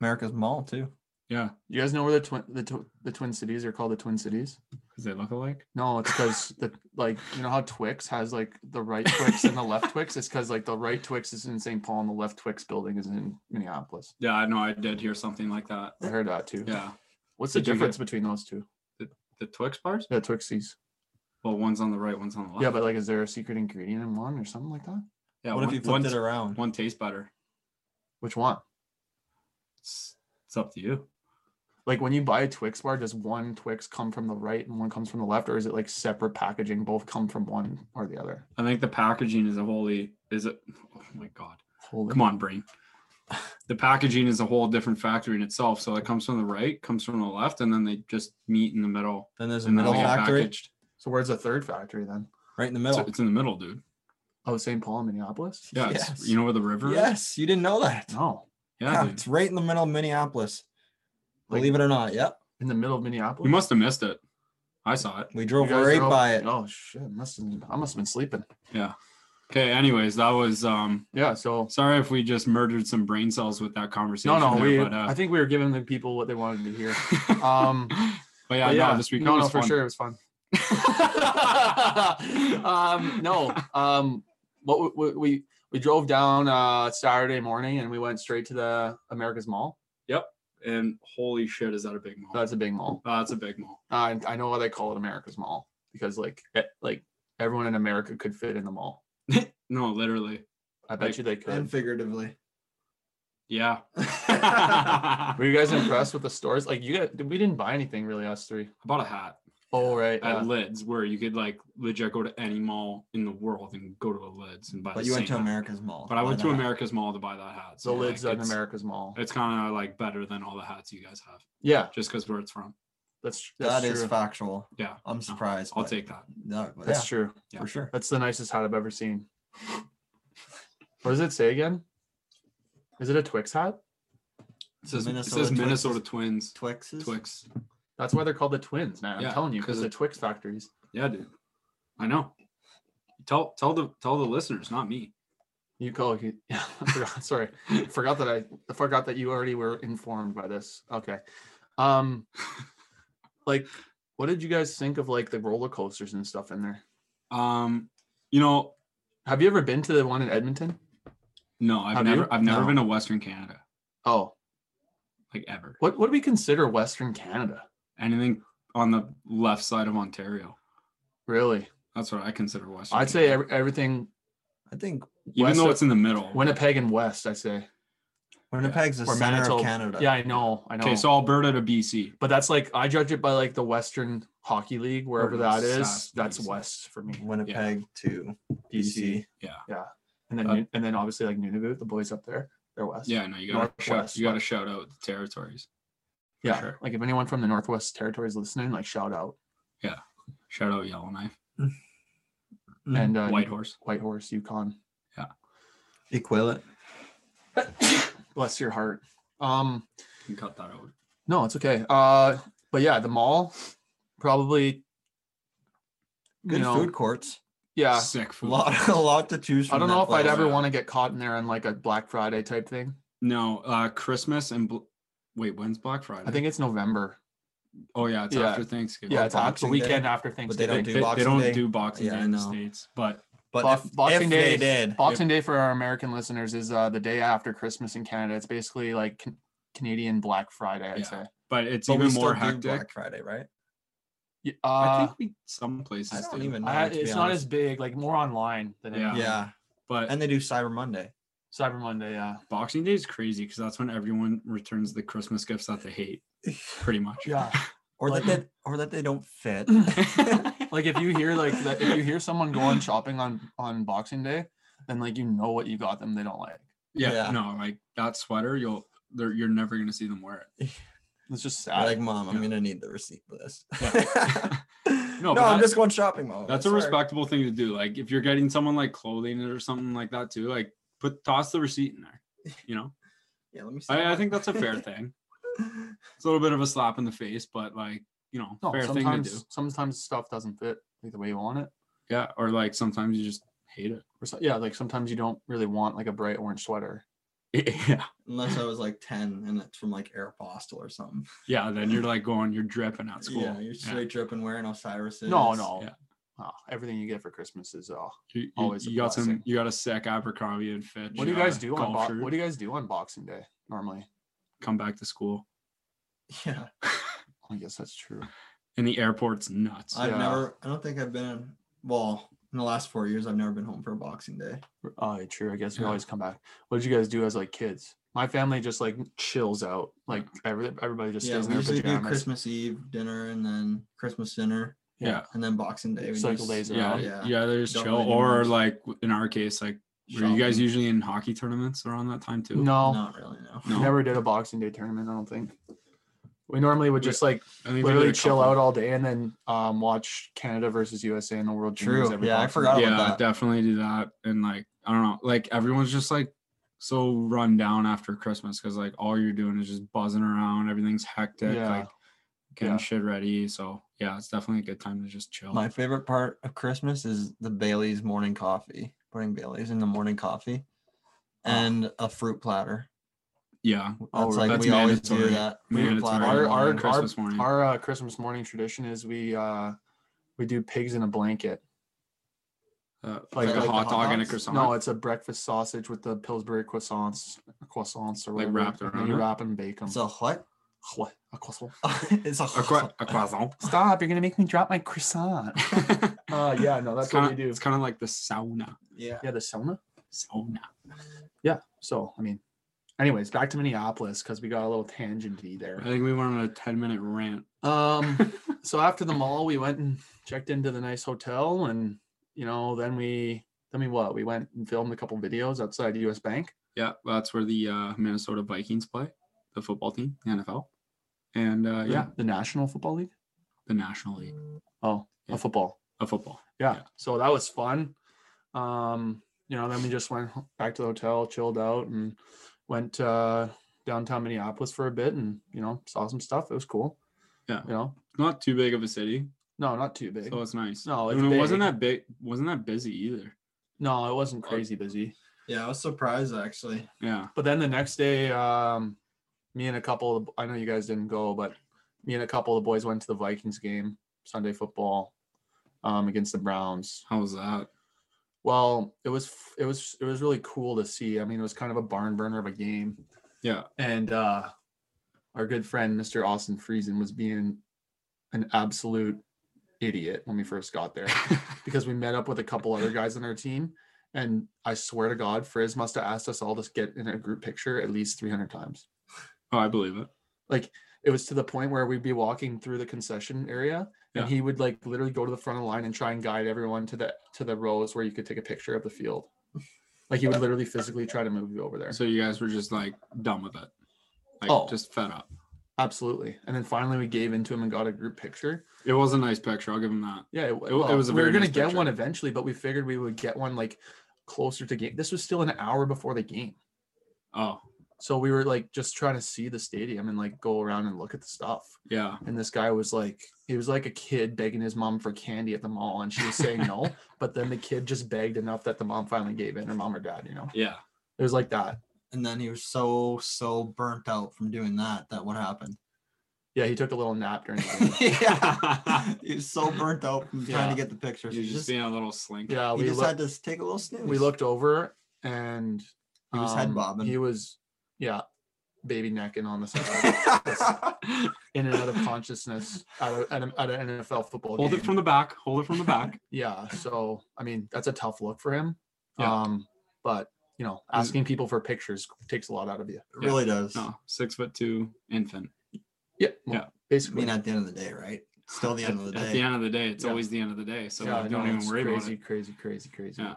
S4: America's Mall too.
S3: Yeah.
S2: You guys know where the twin the, tw- the Twin Cities are called the Twin Cities?
S3: Because they look alike.
S2: No, it's because the like you know how Twix has like the right Twix and the left Twix. It's because like the right Twix is in St. Paul and the left Twix building is in Minneapolis.
S3: Yeah, I know. I did hear something like that.
S2: I heard that too.
S3: Yeah.
S2: What's the
S3: Did you get-
S2: difference between those two?
S3: The Twix bars?
S2: Yeah, Twixies.
S3: Well, one's on the right, one's on the left.
S2: Yeah, but like, is there a secret ingredient in one or something like that?
S3: yeah,
S4: what
S3: one,
S4: if you
S3: one
S4: flipped it
S3: t-
S4: around?
S3: One tastes better.
S2: Which one?
S3: It's, it's up to you.
S2: Like when you buy a Twix bar, does one Twix come from the right and one comes from the left, or is it like separate packaging? Both come from one or the other.
S3: I think the packaging is a wholly is it. Oh my god!
S2: Holy
S3: Come on, brain. The packaging is a whole different factory in itself. So it comes from the right, comes from the left, and then they just meet in the middle.
S4: Then there's a
S3: And then
S4: middle
S3: they get
S4: factory
S3: packaged.
S2: So where's the third factory then?
S4: right in the
S3: So
S4: middle.
S3: it's in the middle, dude.
S2: Oh, St. Paul, and Minneapolis.
S3: Yeah, it's,
S4: Yes.
S3: you know where the river is.
S4: yes, you didn't know that.
S2: No,
S3: Yeah,
S4: Yeah,
S3: dude.
S4: it's right in the middle of Minneapolis.
S2: Like-
S4: Believe it or not. Yep.
S2: in the middle of Minneapolis.
S3: you must have missed it. I saw it.
S4: We
S2: You
S4: drove
S2: guys
S4: right
S2: drove-
S4: by it.
S2: Oh shit! Must have, I must have been sleeping.
S3: Okay. Anyways, that was. um
S2: Yeah. So
S3: Sorry if we just murdered some brain cells with that
S2: no,
S3: conversation.
S2: no.
S3: there,
S2: We
S3: but,
S2: I
S3: uh,
S2: think we were giving the people what they wanted to hear. Um,
S3: but yeah,
S2: But
S3: no, this weekend
S2: no,
S3: was
S2: no, for
S3: fun.
S2: sure, it was fun. um, no, um, what we- we, we we drove down uh, Saturday morning and we went straight to the America's Mall.
S3: And holy shit, is that a big mall?
S2: That's a big mall.
S3: Oh, that's a big mall.
S2: Uh, I know why they call it America's Mall because like e- like everyone in America could fit in the mall.
S3: No, literally.
S2: I bet
S3: Like,
S2: you they could.
S4: figuratively.
S3: Yeah.
S4: I
S2: Were you guys impressed with the stores? Like you got, we didn't buy anything really, us three.
S3: bought a hat
S2: Oh right, yeah.
S3: at Lids where you could like legit go to any mall in the world and go to the Lids and buy.
S4: But
S3: the
S4: you went to
S3: same hat.
S4: America's Mall.
S3: But I
S4: Why
S3: went to
S4: not?
S3: America's Mall to buy that hat.
S2: the E lids
S3: like,
S2: at
S3: it's-
S2: America's Mall.
S3: It's kind of like better than all the hats you guys have,
S2: Yeah,
S3: just because where it's from.
S2: that's that's
S4: That
S2: true.
S4: is factual.
S3: Yeah,
S4: I'm surprised.
S3: I'll
S4: but-
S3: take that.
S4: No, but
S2: That's
S4: yeah,
S2: true.
S3: true.
S4: for sure.
S2: That's the nicest hat I've ever seen. What does it say again? Is it a Twix hat?
S3: It says
S4: Minnesota
S3: it says
S4: Twixes.
S3: Minnesota Twins.
S4: Twixes.
S3: Twix.
S2: That's why they're called the twins, man. I'm
S3: Yeah,
S2: telling you,
S3: 'cause
S2: because the
S3: it-
S2: Twix factories.
S3: Yeah, dude. I know. Tell tell the tell the listeners, not me.
S2: You call you, yeah, I forgot, sorry. Forgot that I, I forgot that you already were informed by this. Okay. Um like what did you guys think of like the roller coasters and stuff in there?
S3: Um, you know,
S2: Have you ever been to the one in Edmonton?
S3: no, I've
S2: Have
S3: never
S2: you?
S3: I've never
S4: No.
S3: been to Western Canada
S2: Oh,
S3: like ever.
S2: what what do we consider Western Canada?
S3: Anything on the left side of Ontario.
S2: Really?
S3: That's what I consider Western.
S2: I'd say
S3: Canada.
S2: every, everything
S4: I think
S3: even
S2: west
S3: though
S2: of-
S3: it's in the middle.
S2: Winnipeg and West, I say.
S4: Winnipeg's the
S2: Or
S4: center
S2: Manitoba.
S4: of Canada.
S2: Yeah, I know. I know.
S3: okay, so Alberta to BC.
S2: But that's like I judge it by like the Western Hockey League, wherever
S3: Or
S2: that
S3: South
S2: is. That's
S3: East.
S2: West for me.
S4: Winnipeg to
S2: BC.
S4: BC.
S2: And then
S3: Uh,
S2: Nu- and then obviously like Nunavut, the boys up there, they're West.
S3: Yeah, no, you gotta shout,
S2: Northwest,
S3: you gotta
S2: but-
S3: shout out the territories. For
S2: yeah.
S3: sure.
S2: Like if anyone from the Northwest Territories listening, like shout out
S3: Shout out Yellowknife,
S4: Mm.
S2: and uh,
S3: Mm-hmm. Whitehorse.
S2: Whitehorse, Yukon.
S4: Equivalent.
S2: Bless your heart. Um,
S3: You can cut that out.
S2: no, it's okay. Uh, but yeah, the mall probably.
S4: Good
S2: you know,
S4: food courts.
S2: Yeah.
S3: Sick
S4: A
S3: food.
S4: lot, a lot to choose from.
S2: I don't know
S4: that
S2: if I'd
S4: place.
S2: ever
S3: yeah.
S2: want to get caught in there on like a Black Friday type thing.
S3: No, uh, Christmas and bl- wait, when's Black Friday?
S2: I think it's November.
S3: Oh yeah, it's
S2: Yeah.
S3: after Thanksgiving.
S2: Yeah, it's after the
S4: Boxing Day?
S2: weekend after
S4: But
S2: Thanksgiving.
S4: they
S3: They,
S4: don't
S3: they-
S4: do
S3: they
S4: Boxing
S3: don't
S4: Day?
S3: do Boxing
S4: Yeah,
S3: Day
S4: I
S3: in the
S4: know.
S3: states, but
S4: But
S2: Box-
S4: if,
S2: Boxing
S4: if
S2: Day
S4: they
S2: is-
S4: did,
S2: Boxing Day for our American listeners is uh, the day after Christmas in Canada. It's basically like can- Canadian Black Friday, I'd
S3: Yeah.
S2: say.
S3: but it's
S4: but we
S3: even more
S4: still do
S3: hectic.
S4: Black Friday, right?
S2: Yeah,
S3: I
S2: Uh,
S3: think we some places
S4: I don't
S3: do,
S4: even know.
S2: I-
S4: to be
S2: it's not as
S4: honest.
S2: big, like more online than
S3: Yeah.
S2: yeah.
S4: yeah,
S3: but
S4: and they do Cyber Monday.
S2: Cyber Monday. Yeah,
S3: Boxing Day is crazy because that's when everyone returns the Christmas gifts that they hate, pretty much.
S2: yeah.
S4: or
S2: Like-
S4: that they, or that they don't fit.
S2: like if you hear like that, if you hear someone going shopping on on Boxing Day, then like you know what you got them they don't like.
S3: yeah,
S4: Yeah.
S3: no, like that sweater, you'll they're, you're never gonna see them wear it.
S2: It's just
S4: You're
S2: sad.
S4: like, mom, I'm
S3: yeah.
S4: gonna need the receipt for this.
S3: No,
S4: no,
S3: but
S4: I'm
S3: that-
S4: just going shopping,
S2: Oh,
S4: mom.
S3: That's a
S4: Sorry.
S3: respectable thing to do. Like if you're getting someone like clothing or something like that too, like put toss the receipt in there. You know,
S4: Yeah, let me. See
S3: I, I think that's a fair thing. It's a little bit of a slap in the face, but like you know,
S2: no,
S3: fair thing to do.
S2: sometimes sometimes stuff doesn't fit like the way you want it.
S3: Yeah, or like sometimes you just hate
S2: Or so, yeah, like sometimes you don't really want like a bright orange sweater.
S3: it. Yeah,
S4: Unless I was like ten and it's from like Aeropostale or something.
S3: yeah. Then you're like going, you're dripping at school.
S4: Yeah, you're straight dripping wearing Osiris.
S2: No, no.
S3: yeah.
S2: Wow, everything you get for Christmas is uh
S3: You, you-
S2: Always a
S3: you got some.
S2: blessing.
S3: You got a sec Abercrombie and Fitch.
S2: What do you guys
S3: uh,
S2: do on
S3: golf
S2: bo-
S3: shirt,
S2: What do you guys do on Boxing Day normally?
S3: come back to school?
S4: Yeah,
S2: I guess that's true.
S3: And the airport's nuts.
S4: I've
S2: Yeah.
S4: never. I don't think I've been. Well, in the last four years, I've never been home for a Boxing Day.
S2: Oh, yeah, true. I guess we
S3: Yeah.
S2: always come back. What did you guys do as like kids? My family just like chills out. Like every, everybody just
S4: yeah,
S2: stays in
S4: we
S2: their
S4: usually do
S2: pajamas.
S4: Christmas Eve dinner and then Christmas dinner
S3: yeah,
S4: and then Boxing Day.
S2: It's like
S4: just
S2: laser
S3: yeah,
S2: Yeah.
S3: yeah.
S4: Yeah.
S3: they just
S4: Don't
S3: chill.
S4: really do
S3: or
S4: much.
S3: like w- in our case, like were you guys
S4: shopping.
S3: usually in hockey tournaments around that time too?
S2: No,
S4: Not really. No.
S3: No.
S2: never did a Boxing Day tournament. I don't think. We normally would
S3: We-
S2: just like
S3: I think we did
S2: literally
S3: a
S2: chill
S3: couple.
S2: out all day and then um, watch Canada versus USA in the World Juniors.
S4: True.
S2: every
S4: Yeah, I
S2: Boxing
S4: forgot
S2: Day.
S4: about
S3: yeah,
S4: that.
S3: definitely do that. And like, I don't know, like everyone's just like so run down after Christmas because like all you're doing is just buzzing around, everything's hectic,
S2: Yeah.
S3: like getting
S2: Yeah.
S3: shit ready. So yeah, it's definitely a good time to just chill.
S4: My favorite part of Christmas is the Bailey's morning coffee. Putting Bailey's in the morning coffee, and a fruit platter.
S3: yeah,
S4: That's
S2: Oh,
S4: like
S3: that's
S4: we always do
S3: mandatory.
S4: that.
S3: Mandatory.
S4: Fruit platter.
S2: Our
S4: in the
S2: our
S4: morning.
S2: our,
S3: Christmas morning.
S2: our uh, Christmas morning tradition is we uh we do pigs in a blanket.
S3: uh,
S2: Like
S3: like,
S2: the
S3: a hot
S4: hot
S3: dog and a
S4: dogs?
S3: croissant.
S2: No, it's a breakfast sausage with the Pillsbury croissants, croissants or
S3: Like
S2: whatever.
S3: wrapped
S2: and
S3: around
S2: you
S3: it?
S2: wrap and bake them.
S4: It's a what?
S2: what a croissant.
S4: it's a,
S3: a, cro- a croissant.
S2: Stop! You're gonna make me drop my croissant. Uh, yeah, no, that's
S3: it's kinda,
S2: what we do.
S3: It's kind of like the sauna.
S4: Yeah.
S2: Yeah, the sauna.
S3: Sauna.
S2: Yeah. So I mean, anyways, back to Minneapolis because we got a little tangenty
S3: I
S2: there.
S3: think we went on a 10 minute rant.
S2: Um, so after the mall, we went and checked into the nice hotel, and you know, then we, then we what? We went and filmed a couple videos outside U.S. Bank.
S3: Yeah, that's where the uh, Minnesota Vikings play, the football team, the NFL. And uh, yeah,
S2: Yeah, the National Football League.
S3: the National League
S2: Oh,
S3: Yeah.
S2: a football.
S3: of football.
S2: yeah.
S3: Yeah.
S2: So that was fun. Um, you know, then we just went h- back to the hotel, chilled out, and went uh, downtown Minneapolis for a bit, and you know, saw some stuff. It was cool.
S3: Yeah.
S2: You know,
S3: Not too big of a city,
S2: no, not too big.
S3: so it's nice.
S2: No,
S3: I
S2: it's
S3: mean, it wasn't
S2: big.
S3: that big. Wasn't that busy either.
S2: no, it wasn't crazy busy.
S4: Yeah, I was surprised actually.
S3: Yeah,
S2: But then the next day, um, me and a couple. Of, the- I know you guys didn't go, but me and a couple of the boys went to the Vikings game Sunday football um, against the Browns.
S3: how was that?
S2: Well, it was f- it was it was really cool to see. I mean, it was kind of a barn burner of a game.
S3: Yeah,
S2: and uh our good friend mr austin friesen was being an absolute idiot when we first got there because we met up with a couple other guys on our team and i swear to god frizz must have asked us all to get in a group picture at least 300 times
S3: oh, I believe it.
S2: like it was to the point where we'd be walking through the concession area and
S3: Yeah.
S2: he would like literally go to the front of the line and try and guide everyone to the to the rows where you could take a picture of the field like he would literally physically try to move you over there
S3: So you guys were just like done with it, like
S2: Oh.
S3: just fed up.
S2: Absolutely. And then finally we gave into him and got a group picture.
S3: It was a nice picture. I'll give him that.
S2: Yeah, it,
S3: w- it was a
S2: we were
S3: very
S2: gonna
S3: nice
S2: get one
S3: picture.
S2: eventually, but we figured we would get one like closer to game. This was still an hour before the game.
S3: Oh,
S2: So we were like just trying to see the stadium and like go around and look at the stuff.
S3: Yeah.
S2: And this guy was like, he was like a kid begging his mom for candy at the mall, and she was saying no. But then the kid just begged enough that the mom finally gave in, her mom or dad, you know.
S3: Yeah.
S2: It was like that.
S4: And then he was so so burnt out from doing that that what happened?
S2: Yeah, he took a little nap during the game.
S3: yeah.
S4: He was so burnt out from trying
S2: Yeah.
S4: to get the pictures.
S3: You're
S4: he
S3: just,
S4: just,
S3: being a little slink.
S2: Yeah,
S4: he
S2: uh, we
S4: just
S2: looked,
S4: had to s- take a little snooze.
S2: we looked over and um,
S4: He was head bobbing.
S2: He was, yeah, baby necking on the side
S4: yeah,
S2: in and out of consciousness at, a, at, a, at an NFL football
S3: Hold
S2: game.
S3: it from the back. Hold it from the back.
S2: yeah, so I mean that's a tough look for him.
S3: Yeah.
S2: Um, but you know, asking people for pictures takes a lot out of you.
S4: it really does.
S3: No, six foot two infant.
S2: Yeah,
S3: Yeah.
S4: I
S2: basically.
S4: mean, at the end of the day, right? Still the
S3: At,
S4: end of the
S3: at
S4: day.
S3: the end of the day, it's
S2: Yeah.
S3: always the end of the day. So
S2: yeah,
S3: like,
S2: I know,
S3: don't even
S2: it's
S3: worry about
S2: crazy,
S3: it.
S2: crazy, crazy, crazy.
S3: Yeah.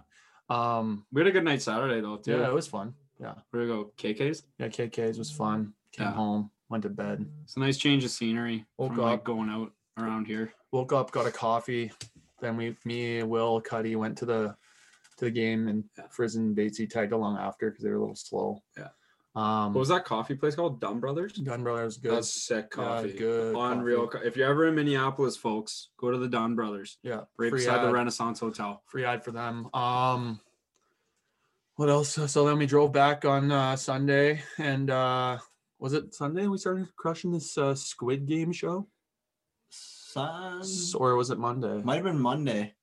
S2: Um,
S3: We had a good night Saturday though too.
S2: yeah, it was fun. Yeah,
S3: We're gonna go KK's.
S2: yeah, KK's was fun. Came
S3: Yeah.
S2: home, went to bed,
S3: It's a nice change of scenery
S2: Woke
S3: from like
S2: up.
S3: going out around here.
S2: woke up, got a coffee. Then we, me, Will, Cuddy went to the to the game, and
S3: Yeah.
S2: Frizz and Batesy tagged along after because they were a little slow.
S3: Yeah.
S2: Um,
S3: What was that coffee place called? Dumb Brothers.
S2: Gun Brothers good.
S3: That's sick
S2: Yeah,
S3: coffee.
S2: good
S3: Unreal.
S2: coffee.
S3: co- If you're ever in Minneapolis, folks, go to the Don Brothers
S2: yeah,
S3: right
S2: free
S3: beside
S2: ad,
S3: the Renaissance Hotel.
S2: free ad for them. Um, what else? So then we drove back on uh, Sunday, and uh, was it Sunday we started crushing this uh, Squid Game show,
S4: Sun...
S2: S- or was it Monday?
S4: Might have been Monday.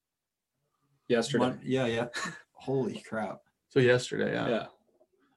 S3: Yesterday.
S4: Mon- yeah, yeah. Holy crap.
S2: so yesterday, yeah.
S3: Yeah.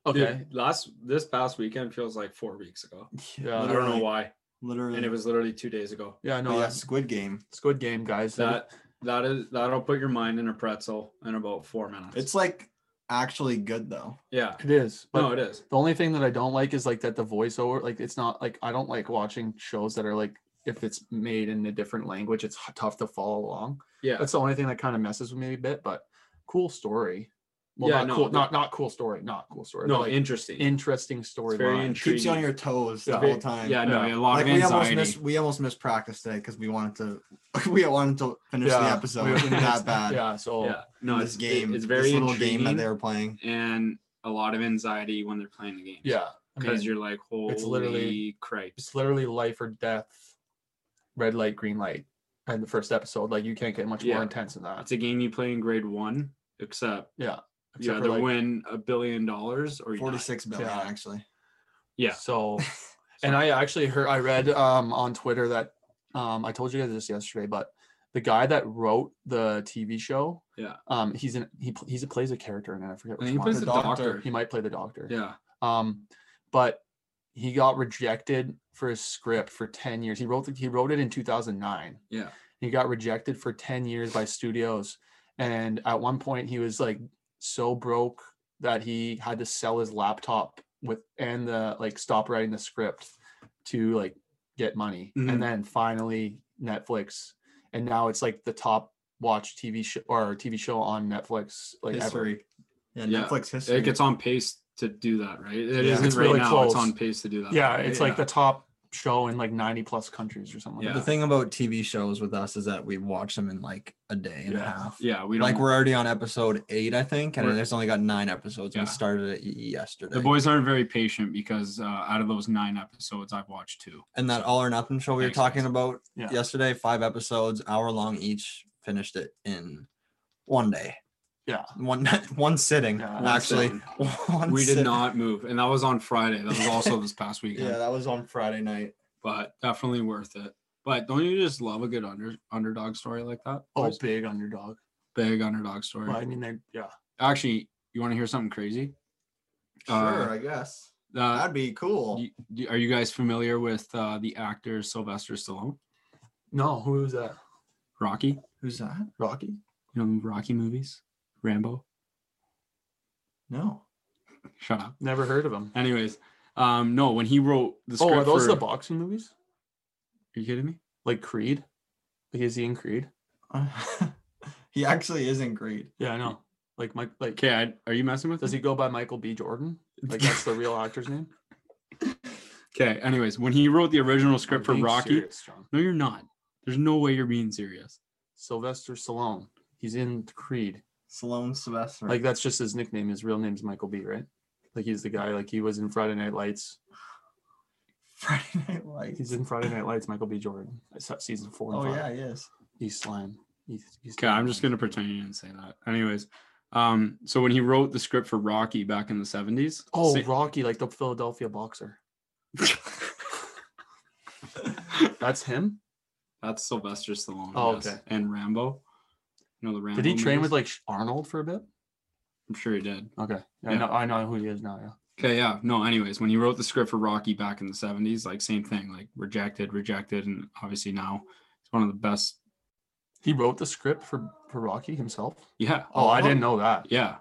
S2: Okay.
S3: Dude, last this past weekend feels like four weeks ago.
S2: Yeah,
S3: I don't know why.
S4: Literally.
S3: And it was literally two days ago.
S2: Yeah,
S4: no,
S2: no,
S4: yeah,
S2: that's
S4: Squid Game.
S2: Squid Game, guys.
S3: That that is that'll put your mind in a pretzel in about four minutes.
S4: It's like actually good though.
S3: yeah.
S2: it is. But
S3: No, it is.
S2: The only thing that I don't like is like that the voiceover, like it's not like I don't like watching shows that are like if it's made in a different language, it's h- tough to follow along.
S3: Yeah.
S2: That's the only thing that kind of messes with me a bit. But cool story. Well,
S3: Yeah,
S2: not
S3: no,
S2: cool,
S3: the-
S2: not not cool story, not cool story.
S3: No,
S2: but, like,
S3: interesting.
S2: interesting story.
S3: very
S2: line.
S3: intriguing.
S4: Keeps you on your toes the
S2: Yeah.
S4: whole time.
S3: yeah, no,
S2: Yeah.
S3: a lot
S4: like
S3: of
S4: we almost
S3: anxiety.
S4: missed we almost missed practice today because we wanted to we wanted to finish the
S2: Yeah,
S4: episode
S2: we- we
S4: that
S2: missed-
S4: bad.
S2: Yeah. So
S3: yeah. No,
S4: this
S3: it's
S4: game,
S3: game. It's very
S4: this little
S3: intriguing
S4: game that they were playing.
S3: and a lot of anxiety when they're playing the game.
S2: yeah, I mean,
S3: Because you're like, holy
S2: it's literally-
S3: cripes.
S2: it's literally life or death, red light, green light, and the first episode. Like you can't get much
S3: Yeah.
S2: more intense than that.
S3: It's a game you play in grade one, except
S2: yeah.
S3: you
S2: Except
S3: either
S2: for like,
S3: win a billion dollars or you die.
S4: Forty six billion
S2: Yeah.
S4: actually.
S3: Yeah.
S2: So, and I actually heard, I read um, on Twitter that um, I told you guys this yesterday, but the guy that wrote the TV show,
S3: Yeah.
S2: um, he's in he pl- he's a, plays a character in it. I forget
S3: I
S2: which
S3: think he
S2: one.
S3: plays
S4: The
S3: the
S4: doctor.
S3: doctor.
S2: He might play the doctor.
S3: Yeah.
S2: Um, but he got rejected for his script for ten years. He wrote the, he wrote it in two thousand nine.
S3: Yeah.
S2: He got rejected for ten years by studios, and at one point he was like so broke that he had to sell his laptop with and the like stop writing the script to like get money.
S3: Mhm.
S2: And then finally Netflix, and now it's like the top watched TV show or TV show on Netflix like ever.
S4: history. Yeah,
S3: Yeah.
S4: Netflix history.
S3: It gets on pace to do that, right? It
S4: Yeah.
S3: not
S2: It's
S3: right
S2: really
S3: now.
S2: close.
S3: It's on pace to do that.
S2: Yeah,
S3: right?
S2: it's like the top show in like 90 plus countries or something like
S3: Yeah.
S4: The thing about TV shows with us is that we watch them in like a day and a
S3: Yeah.
S4: half.
S3: Yeah, we don't
S4: Like we're already on episode eight, I think, and
S3: We're-
S4: it's only got nine episodes. and We
S3: Yeah.
S4: started it y- yesterday.
S3: The boys aren't very patient because uh, out of those nine episodes, I've watched two.
S4: and that all or nothing show we were
S3: Thanks,
S4: talking
S3: guys.
S4: about
S2: Yeah.
S4: yesterday, five episodes, hour long each, finished it in one day.
S2: Yeah.
S4: One one sitting.
S2: Yeah.
S3: One
S4: actually.
S3: sitting.
S4: One
S3: we
S4: sit-
S3: did not move, and that was on Friday. That was also this past weekend,
S4: Yeah, that was on Friday night.
S3: but definitely worth it. But don't you just love a good under underdog story like that?
S2: Oh,
S3: Boys?
S2: big underdog.
S3: big underdog story.
S2: Well, I mean, they, yeah.
S3: Actually, you want to hear something crazy? Uh,
S4: Sure, I guess.
S3: Uh,
S4: That'd be cool.
S3: y- y- are you guys familiar with uh, the actor Sylvester Stallone?
S2: No, who was that?
S3: Rocky,
S4: Who's that?
S2: Rocky?
S3: you know the Rocky movies, Rambo.
S4: No.
S3: Shut up.
S2: Never heard of him.
S3: Anyways, um, no, when he wrote the
S2: Oh,
S3: script,
S2: are those
S3: for,
S2: the boxing movies?
S3: Are you kidding me?
S2: Like Creed? Like, is he in Creed?
S4: he actually isn't great.
S2: Yeah, I know. Like Mike, like
S3: Okay, I, are you messing with?
S2: does
S3: me?
S2: he go by Michael B. Jordan? Like that's the real actor's name.
S3: Okay. Anyways, when he wrote the original script
S2: I'm
S3: for
S2: being
S3: Rocky,
S2: serious, John.
S3: no, you're not. There's no way you're being serious.
S2: Sylvester Stallone. He's in Creed.
S4: Sloan Sylvester.
S2: Like that's just his nickname. His real name's Michael B. Right? Like he's the guy. Like he was in Friday Night Lights.
S4: Friday Night Lights.
S2: He's in Friday Night Lights. Michael B. Jordan. I saw season four. And five.
S4: Oh yeah, he is.
S2: He's slime. He's, he's
S3: Okay, I'm just gonna pretend you didn't say that. Anyways, um, so when he wrote the script for Rocky back in the 70s,
S2: Oh,
S3: sa-
S2: Rocky, like the Philadelphia boxer. That's him.
S3: that's Sylvester Stallone.
S2: Oh,
S3: yes,
S2: okay.
S3: and Rambo. You know the Rambo.
S2: Did he train with
S3: movies?
S2: like Sh- Arnold for a bit?
S3: I'm sure he did.
S2: Okay, yeah, I
S3: Yeah.
S2: know. I know who he is now. Yeah.
S3: Okay, yeah. No, anyways, when he wrote the script for Rocky back in the 70s, like same thing, like rejected, rejected, and obviously now it's one of the best.
S2: He wrote the script for for Rocky himself.
S3: Yeah.
S2: Oh, I
S4: Oh.
S2: didn't know that.
S3: Yeah.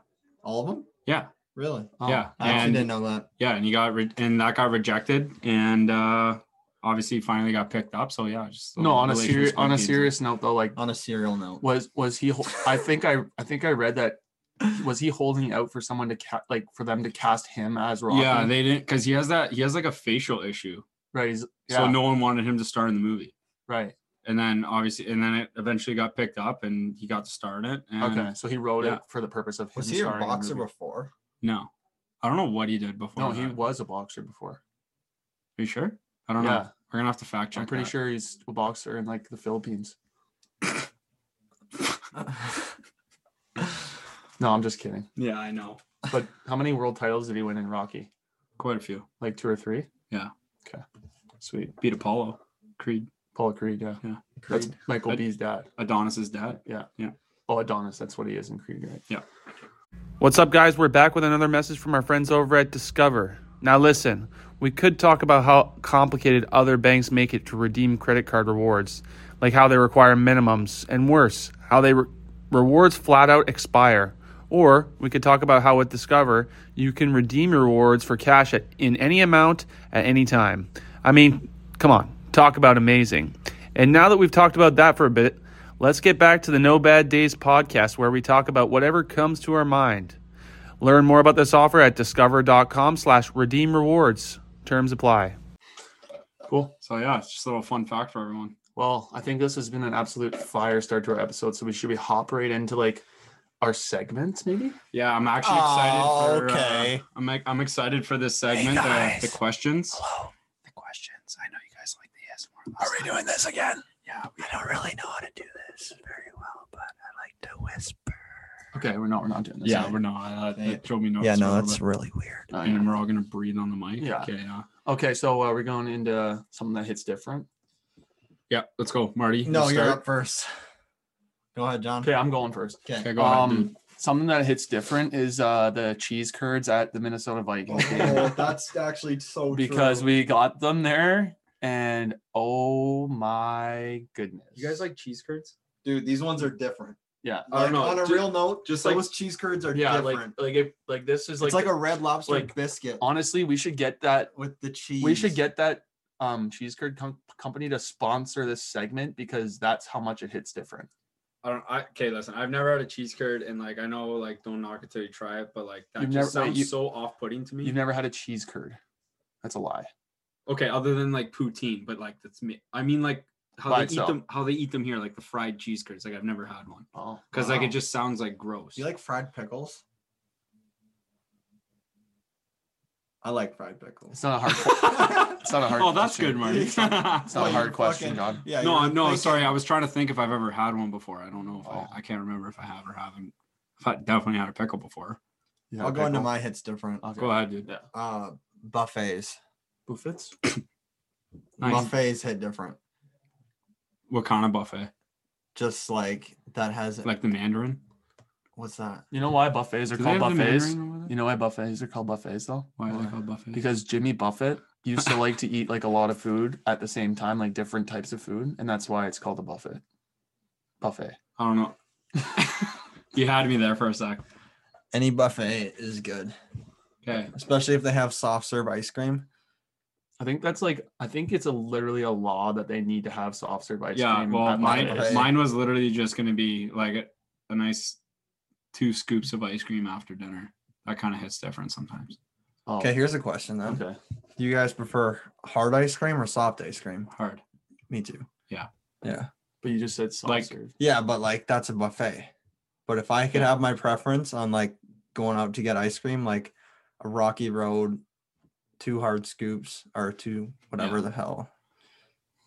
S4: All of them?
S3: Yeah.
S4: Really?
S2: Oh,
S3: Yeah.
S4: I actually
S3: And-
S4: didn't know that.
S3: Yeah, and he got re- and that got rejected and uh obviously finally got picked up. So yeah, just
S2: No, on a
S3: relations
S2: serious on a
S3: between-
S2: serious note though, like
S4: On a serial note.
S2: was was he? hol- I think I I think I read that was he holding out for someone to ca- like for them to cast him as Rocky.
S3: Yeah, they didn't because he has that he has like a facial issue.
S2: right. He's, yeah,
S3: So no one wanted him to star in the movie.
S2: right.
S3: And then obviously and then it eventually got picked up and he got to star in it. And
S2: Okay, so he wrote
S3: Mm-hmm. yeah.
S2: it for the purpose of him
S4: Was he a
S2: starring in the
S4: boxer
S2: movie.
S4: before?
S3: No. I don't know what he did before.
S2: No, he
S3: that.
S2: was a boxer before.
S3: Are you sure? I don't know.
S2: Yeah.
S3: We're gonna have to fact check.
S2: I'm pretty
S3: that.
S2: sure he's a boxer in like the Philippines. No, I'm just kidding.
S3: Yeah, I know.
S2: But how many world titles did he win in Rocky?
S3: Quite a few.
S2: Like two or three?
S3: Yeah.
S2: Okay. Sweet.
S3: Beat Apollo, Creed,
S2: Paul Creed, yeah.
S3: Yeah.
S2: That's
S4: Creed.
S2: Michael
S3: I-
S2: B's dad.
S3: Adonis's dad.
S2: Yeah.
S3: Yeah.
S2: Oh, Adonis, that's what he is in Creed, right?
S1: What's up, guys? We're back with another message from our friends over at Discover. Now, listen, we could talk about how complicated other banks make it to redeem credit card rewards, like how they require minimums, and worse, how they re- rewards flat out expire. Or we could talk about how with Discover, you can redeem your rewards for cash at, in any amount at any time. I mean, come on, talk about amazing. And now that we've talked about that for a bit, Let's get back to the No Bad Days podcast where we talk about whatever comes to our mind. Learn more about this offer at discover.com slash redeem rewards. Terms apply.
S2: Cool.
S3: So yeah, it's just a little fun fact for everyone.
S2: Well, I think this has been an absolute fire start to our episode. So we should be hop right into like our segment, maybe?
S3: Yeah, I'm actually excited.
S4: Oh,
S3: for, uh,
S4: okay.
S3: I'm like, I'm excited for this segment. uh, the
S2: guys.
S3: questions.
S2: Hello. The questions. I know you guys like the ASMR. Are we doing this again? Yeah. I don't really know how to do this very well, but I like to whisper. Okay, we're not we're not doing this.
S3: Yeah,
S2: now.
S3: we're not. Uh,
S4: Yeah.
S3: that drove me nuts. for a little
S4: really weird.
S3: bit.
S2: I
S3: And
S2: know.
S3: we're all gonna breathe on the mic.
S2: Yeah.
S3: Okay. Yeah.
S2: Okay, so uh, we're going into something that hits different.
S3: Yeah. Let's go, Marty. you
S4: No, you're
S3: start.
S4: up first. Go ahead, John.
S2: Okay, I'm going first.
S3: Okay,
S4: Okay.
S3: go ahead. dude.
S2: Um, something that hits different is uh, the cheese curds at the Minnesota Vikings game
S4: Oh, that's actually so
S2: because we got them there, and oh my goodness!
S3: like cheese curds?
S4: dude, these ones are different.
S2: yeah,
S3: I don't
S4: Like,
S3: know,
S4: On a
S3: ju-
S4: real note,
S3: just
S4: just
S3: like-
S4: like those cheese curds are
S2: yeah, like
S4: different.
S2: like if like this is like,
S4: it's like a red lobster
S2: like-
S4: biscuit
S2: honestly, we should get that.
S4: with the cheese.
S2: We should get that um cheese curd com- company to sponsor this segment because that's how much it hits different.
S3: I don't. I, okay, listen. I've never had a cheese curd, and like I know, like don't knock it till you try it, but like that
S2: You've
S3: just
S2: never-
S3: sounds
S2: you-
S3: so off-putting to me.
S2: You've never had a cheese curd. That's a lie.
S3: Okay, other than like poutine, but like that's me. I mean, like how
S2: By
S3: they
S2: itself.
S3: eat them, how they eat them here, like the fried cheese curds. Like I've never had one
S2: Oh,
S3: because like
S2: wow.
S3: it just sounds like gross.
S4: Do you like fried pickles? I like fried pickles.
S2: it's not a hard. it's not a hard.
S3: oh, that's
S2: question.
S3: good, Marty. it's
S2: It's not
S4: Well,
S2: a
S4: you
S2: hard question,
S4: fucking-
S2: John.
S4: Yeah.
S3: no,
S4: you're
S3: I'm no.
S4: thinking-
S3: Sorry, I was trying to think if I've ever had one before. I don't know if
S2: Oh.
S3: I, I can't remember if I have or haven't. If I definitely had a pickle before.
S2: Yeah,
S4: I'll go into
S2: pickle.
S4: my hits different.
S2: Okay.
S3: Go ahead, dude.
S2: Yeah.
S4: Uh, buffets.
S2: Buffets.
S3: Nice.
S4: Buffets hit different.
S3: What kind of buffet?
S4: Just like that has
S3: Like the Mandarin?
S4: what's that?
S2: You know why buffets are
S3: Do they
S2: called
S3: have the
S2: buffets?
S3: Mandarin over there?
S2: You know why buffets are called buffets though?
S3: Why are they
S4: Why?
S3: called buffet?
S2: Because Jimmy Buffett used to like to eat like a lot of food at the same time, like different types of food, and that's why it's called a buffet. Buffet.
S3: I don't know. you had me there for a sec.
S4: Any buffet is good,
S3: Okay.
S4: especially if they have soft serve ice cream.
S2: I think that's like I think it's a literally a law that they need to have soft serve ice
S3: yeah,
S2: cream.
S3: well,
S2: at
S3: mine
S2: buffets.
S3: mine was literally just gonna be like a, a nice two scoops of ice cream after dinner. That kind of hits different sometimes.
S2: Oh,
S4: Okay, here's a question then.
S2: okay.
S4: Do you guys prefer hard ice cream or soft ice cream?
S3: Hard.
S4: Me too.
S3: Yeah.
S4: Yeah.
S2: But you just said soft
S3: Like-
S2: serve.
S4: Yeah, but like that's a buffet. But if I could have my preference on like going out to get ice cream, like a rocky road, two hard scoops or two whatever the hell.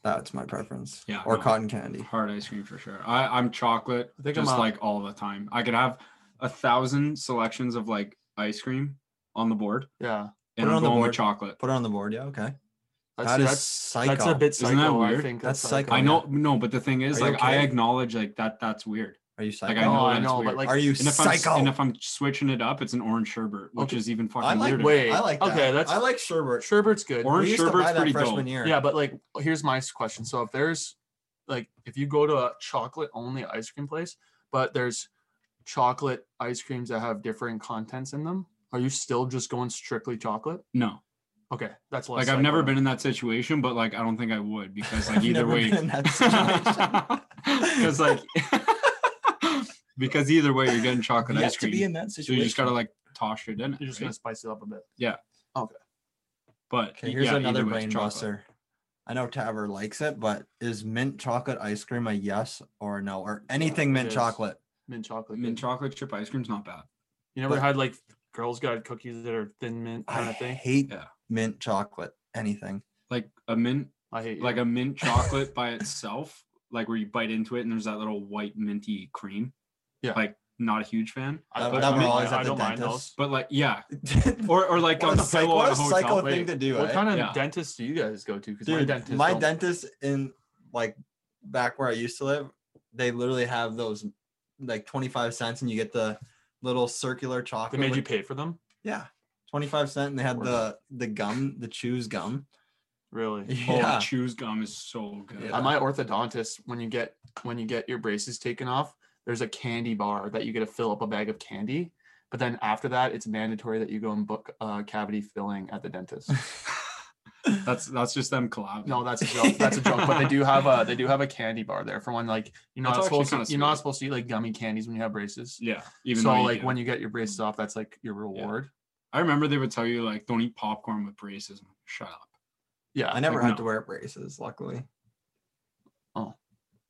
S4: That's my preference.
S3: Yeah,
S4: Or
S3: no.
S4: cotton candy.
S3: Hard ice cream for sure. I, I'm chocolate
S2: I think I'm
S3: just
S2: out.
S3: like all the time. I could have a thousand selections of like ice cream on the board,
S2: Yeah.
S3: and
S4: Put it
S3: I'm
S4: on the
S3: going
S4: board.
S3: with chocolate.
S4: Put it on the board. Yeah. Okay.
S2: That's,
S4: that is
S2: that's,
S4: psycho.
S2: that's a bit psycho.
S3: Isn't that
S2: I
S3: weird?
S2: think
S4: That's psycho.
S3: I
S4: yeah.
S3: know, no, but the thing is,
S4: Are you
S3: like, I
S4: okay?
S3: acknowledge like that. That's weird.
S4: Are you psycho?
S3: I
S2: No,
S3: know
S2: I
S3: that's
S2: know, but
S3: weird.
S2: like,
S4: Are you
S3: And if,
S4: psycho?
S3: I'm, and if I'm switching it up, it's an orange sherbet, which
S2: Okay.
S3: is even fucking
S4: I like.
S3: weirder.
S2: Wait,
S4: I like. That.
S2: okay, that's-
S4: I like sherbet.
S2: Sherbert's good.
S3: Or- Orange
S4: we used to
S3: sherbet's
S4: buy that
S3: pretty dope.
S4: freshman year.
S2: Yeah, but like, here's my question. So if there's like, if you go to a chocolate only ice cream place, but there's chocolate ice creams that have different contents in them, are you still just going strictly chocolate?
S3: No,
S2: Okay, that's less
S3: like
S2: psycho
S3: I've never
S2: then.
S3: been in that situation, but like I don't think I would because like
S4: I've
S3: either
S4: never
S3: way,
S4: been in that situation.
S3: because like because either way you're getting chocolate
S4: Yet
S3: ice cream.
S4: to be in that
S3: so
S4: situation.
S3: you just gotta like toss your dinner.
S2: You're just gonna spice it up a bit.
S3: But
S4: Okay, here's
S3: yeah,
S4: another
S3: either way, it's
S4: brain
S3: chocolate.
S4: buster. I know Taver likes it, but is mint chocolate ice cream a yes or a no or
S3: Uh,
S4: anything mint
S2: is.
S4: chocolate?
S2: Mint chocolate.
S3: Mint
S2: good.
S3: chocolate chip ice cream's not bad.
S2: You never
S4: But-
S2: had like Girls Guide cookies that are thin mint
S4: I
S2: kind of thing.
S4: hate
S3: Yeah.
S4: mint chocolate. Anything.
S3: Like a mint,
S2: I hate
S3: like
S2: you.
S3: a mint chocolate by itself, like where you bite into it and there's that little white minty cream.
S2: Yeah.
S3: like not a huge fan.
S2: I-
S4: That-
S2: but
S4: that
S2: I
S4: we're
S2: mean,
S4: always
S2: I
S4: at the
S2: don't mind
S4: dentist.
S3: But like, yeah,
S4: what
S3: or or like
S4: a,
S3: on the
S4: psych-
S3: pillow
S4: what
S3: at
S4: a
S3: a
S4: psycho
S3: hotel.
S4: thing
S2: Wait,
S4: to do.
S2: What
S4: eh?
S2: kind of
S3: Yeah.
S2: dentist do you guys go to? Because my
S4: Dude,
S2: dentist,
S4: my
S2: don't-
S4: dentist in like back where I used to live, they literally have those like 25 cents and you get the little circular
S2: they
S4: chocolate.
S2: made you
S4: with-
S2: pay for them.
S4: Yeah. 25 cent and they had
S2: Or-
S4: the the gum, the chews gum.
S2: Really?
S3: Oh,
S4: Yeah.
S3: chews gum is so good.
S4: Yeah.
S2: At my orthodontist, when you get when you get your braces taken off, there's a candy bar that you get to fill up a bag of candy. But then after that, it's mandatory that you go and book uh, cavity filling at the dentist.
S3: That's that's just them collabing.
S2: No, that's a joke. That's a joke. But they do have a they do have a candy bar there for when like you're not
S3: That's actually
S2: supposed to,
S3: kinda
S2: you're not
S3: sweet.
S2: supposed to eat like gummy candies when you have braces.
S3: yeah. Even
S2: so
S3: though you
S2: like
S3: do. Mm.
S2: when you get your braces off, that's like your reward.
S3: I remember they would tell you like don't eat popcorn with braces. Shut up.
S2: Yeah,
S4: I never
S3: Like,
S4: had
S3: no.
S4: to wear braces, luckily.
S2: Oh.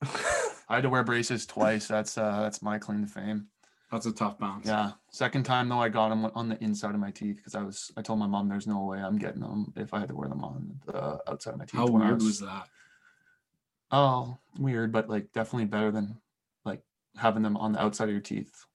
S2: I had to wear braces twice. That's uh that's my claim to fame.
S3: That's a tough bounce.
S2: Yeah. Second time though, I got them on the inside of my teeth because I was I told my mom there's no way I'm getting them if I had to wear them on the outside of my teeth.
S3: How
S2: when I
S3: weird was that?
S2: Oh, weird, but like definitely better than like having them on the outside of your teeth.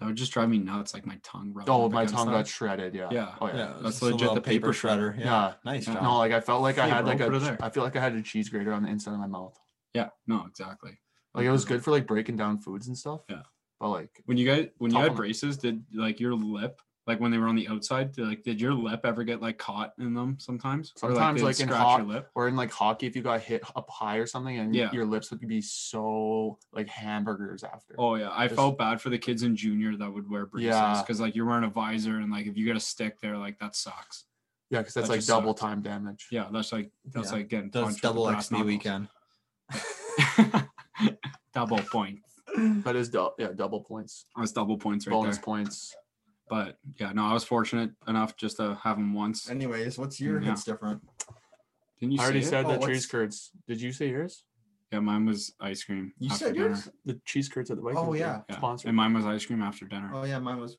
S3: That would just drive me nuts. Like my tongue. rubbed
S2: Oh,
S3: up
S2: my
S3: against
S2: tongue
S3: that.
S2: got shredded. Yeah.
S3: Yeah.
S2: Oh
S4: yeah,
S2: yeah.
S4: it was
S3: that's
S4: just a
S3: legit
S4: little
S3: the paper shredder.
S4: Yeah.
S2: Yeah.
S4: Nice
S3: Yeah.
S4: job.
S2: No, like I felt like I
S3: Hey,
S2: had like
S3: bro, put
S2: a
S3: it
S2: ch-
S3: there.
S2: I feel like I had a cheese grater on the inside of my mouth.
S3: Yeah. No, exactly.
S2: Like it was good for like breaking down foods and stuff.
S3: Yeah.
S2: But like
S3: When you guys when you
S2: Tough
S3: had
S2: on-
S3: braces, did like your lip like when they were on the outside, did, like did your lip ever get like caught in them sometimes? Or,
S2: sometimes
S3: they'd
S2: like, in
S3: scratch
S2: hot
S3: your lip.
S2: or in like hockey if you got hit up high or something and
S3: Yeah.
S2: your lips would be so like hamburgers after.
S3: Oh yeah, I
S2: Just-
S3: felt bad for the kids in junior that would wear braces
S2: Yeah.
S3: because like you're wearing a visor and like if you get a stick there, like that sucks.
S2: Yeah, because that's
S3: That
S2: like
S3: just
S2: double
S3: sucked.
S2: time damage.
S3: Yeah, that's like that's
S4: Yeah.
S3: like getting
S4: That's
S3: punched with
S4: double
S3: the brass
S4: XP
S3: knuckles.
S4: weekend.
S3: double point.
S2: That is double yeah, double points.
S3: That's double points right
S2: bonus
S3: there.
S2: points.
S3: But yeah, no, I was fortunate enough just to have them once.
S4: Anyways, what's your
S3: Yeah.
S4: hits different?
S3: Didn't you
S2: I already
S3: say it?
S2: said
S4: Oh,
S2: the
S4: what's-
S2: cheese curds. Did you say yours?
S3: Yeah, mine was ice cream.
S4: You
S3: after
S4: said
S3: dinner.
S4: yours?
S2: The cheese curds at the Vikings. game.
S4: yeah.
S3: Oh, Yeah.
S2: Sponsored.
S3: And mine was ice cream after dinner.
S4: Oh yeah, mine was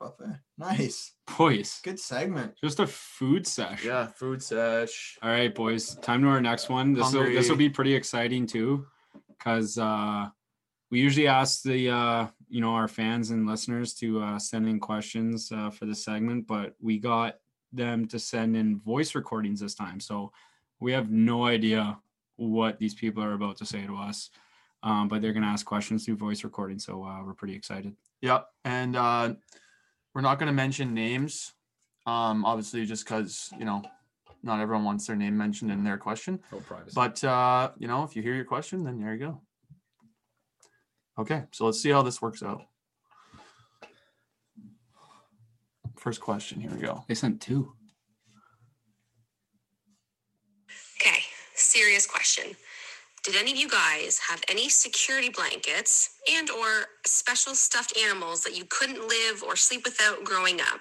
S4: buffet. Nice.
S3: Boys,
S4: Good segment.
S3: just a food sesh.
S2: Yeah, food sesh.
S3: All right, boys. Time to our next one. This will this will
S2: Hungry.
S3: be pretty exciting too, because uh, we usually ask the uh, you know our fans and listeners to uh, send in questions uh, for this segment, but we got them to send in voice recordings this time. So we have no idea what these people are about to say to us, um, but they're gonna ask questions through voice recording. So uh, we're pretty excited.
S2: Yep. And uh, we're not going to mention names, um, obviously, just because, you know, not everyone wants their name mentioned in their question.
S3: No privacy.
S2: But, uh, you know, if you hear your question, then there you go. Okay. So let's see how this works out. First question. Here we go.
S3: they sent two.
S5: Okay, serious question. Did any of you guys have any security blankets and or special stuffed animals that you couldn't live or sleep without growing up?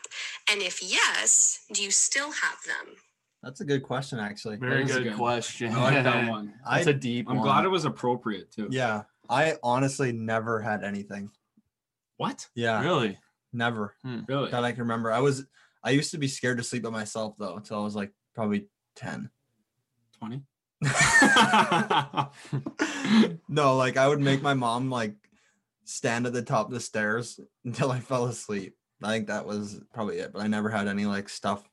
S5: And if yes, do you still have them?
S4: That's a good question, actually.
S2: Very
S3: is
S2: good,
S3: a good one.
S2: question.
S3: I like that one.
S2: That's a deep
S3: I'm
S2: one.
S3: glad it was appropriate too.
S4: Yeah, I honestly never had anything.
S3: What?
S4: Yeah,
S2: Really?
S4: never
S3: Really?
S4: that I can remember. I was I used to be scared to sleep by myself though until I was like probably 10.
S3: 20.
S4: no, like I would make my mom like stand at the top of the stairs until I fell asleep. I think that was probably it, but I never had any like stuff,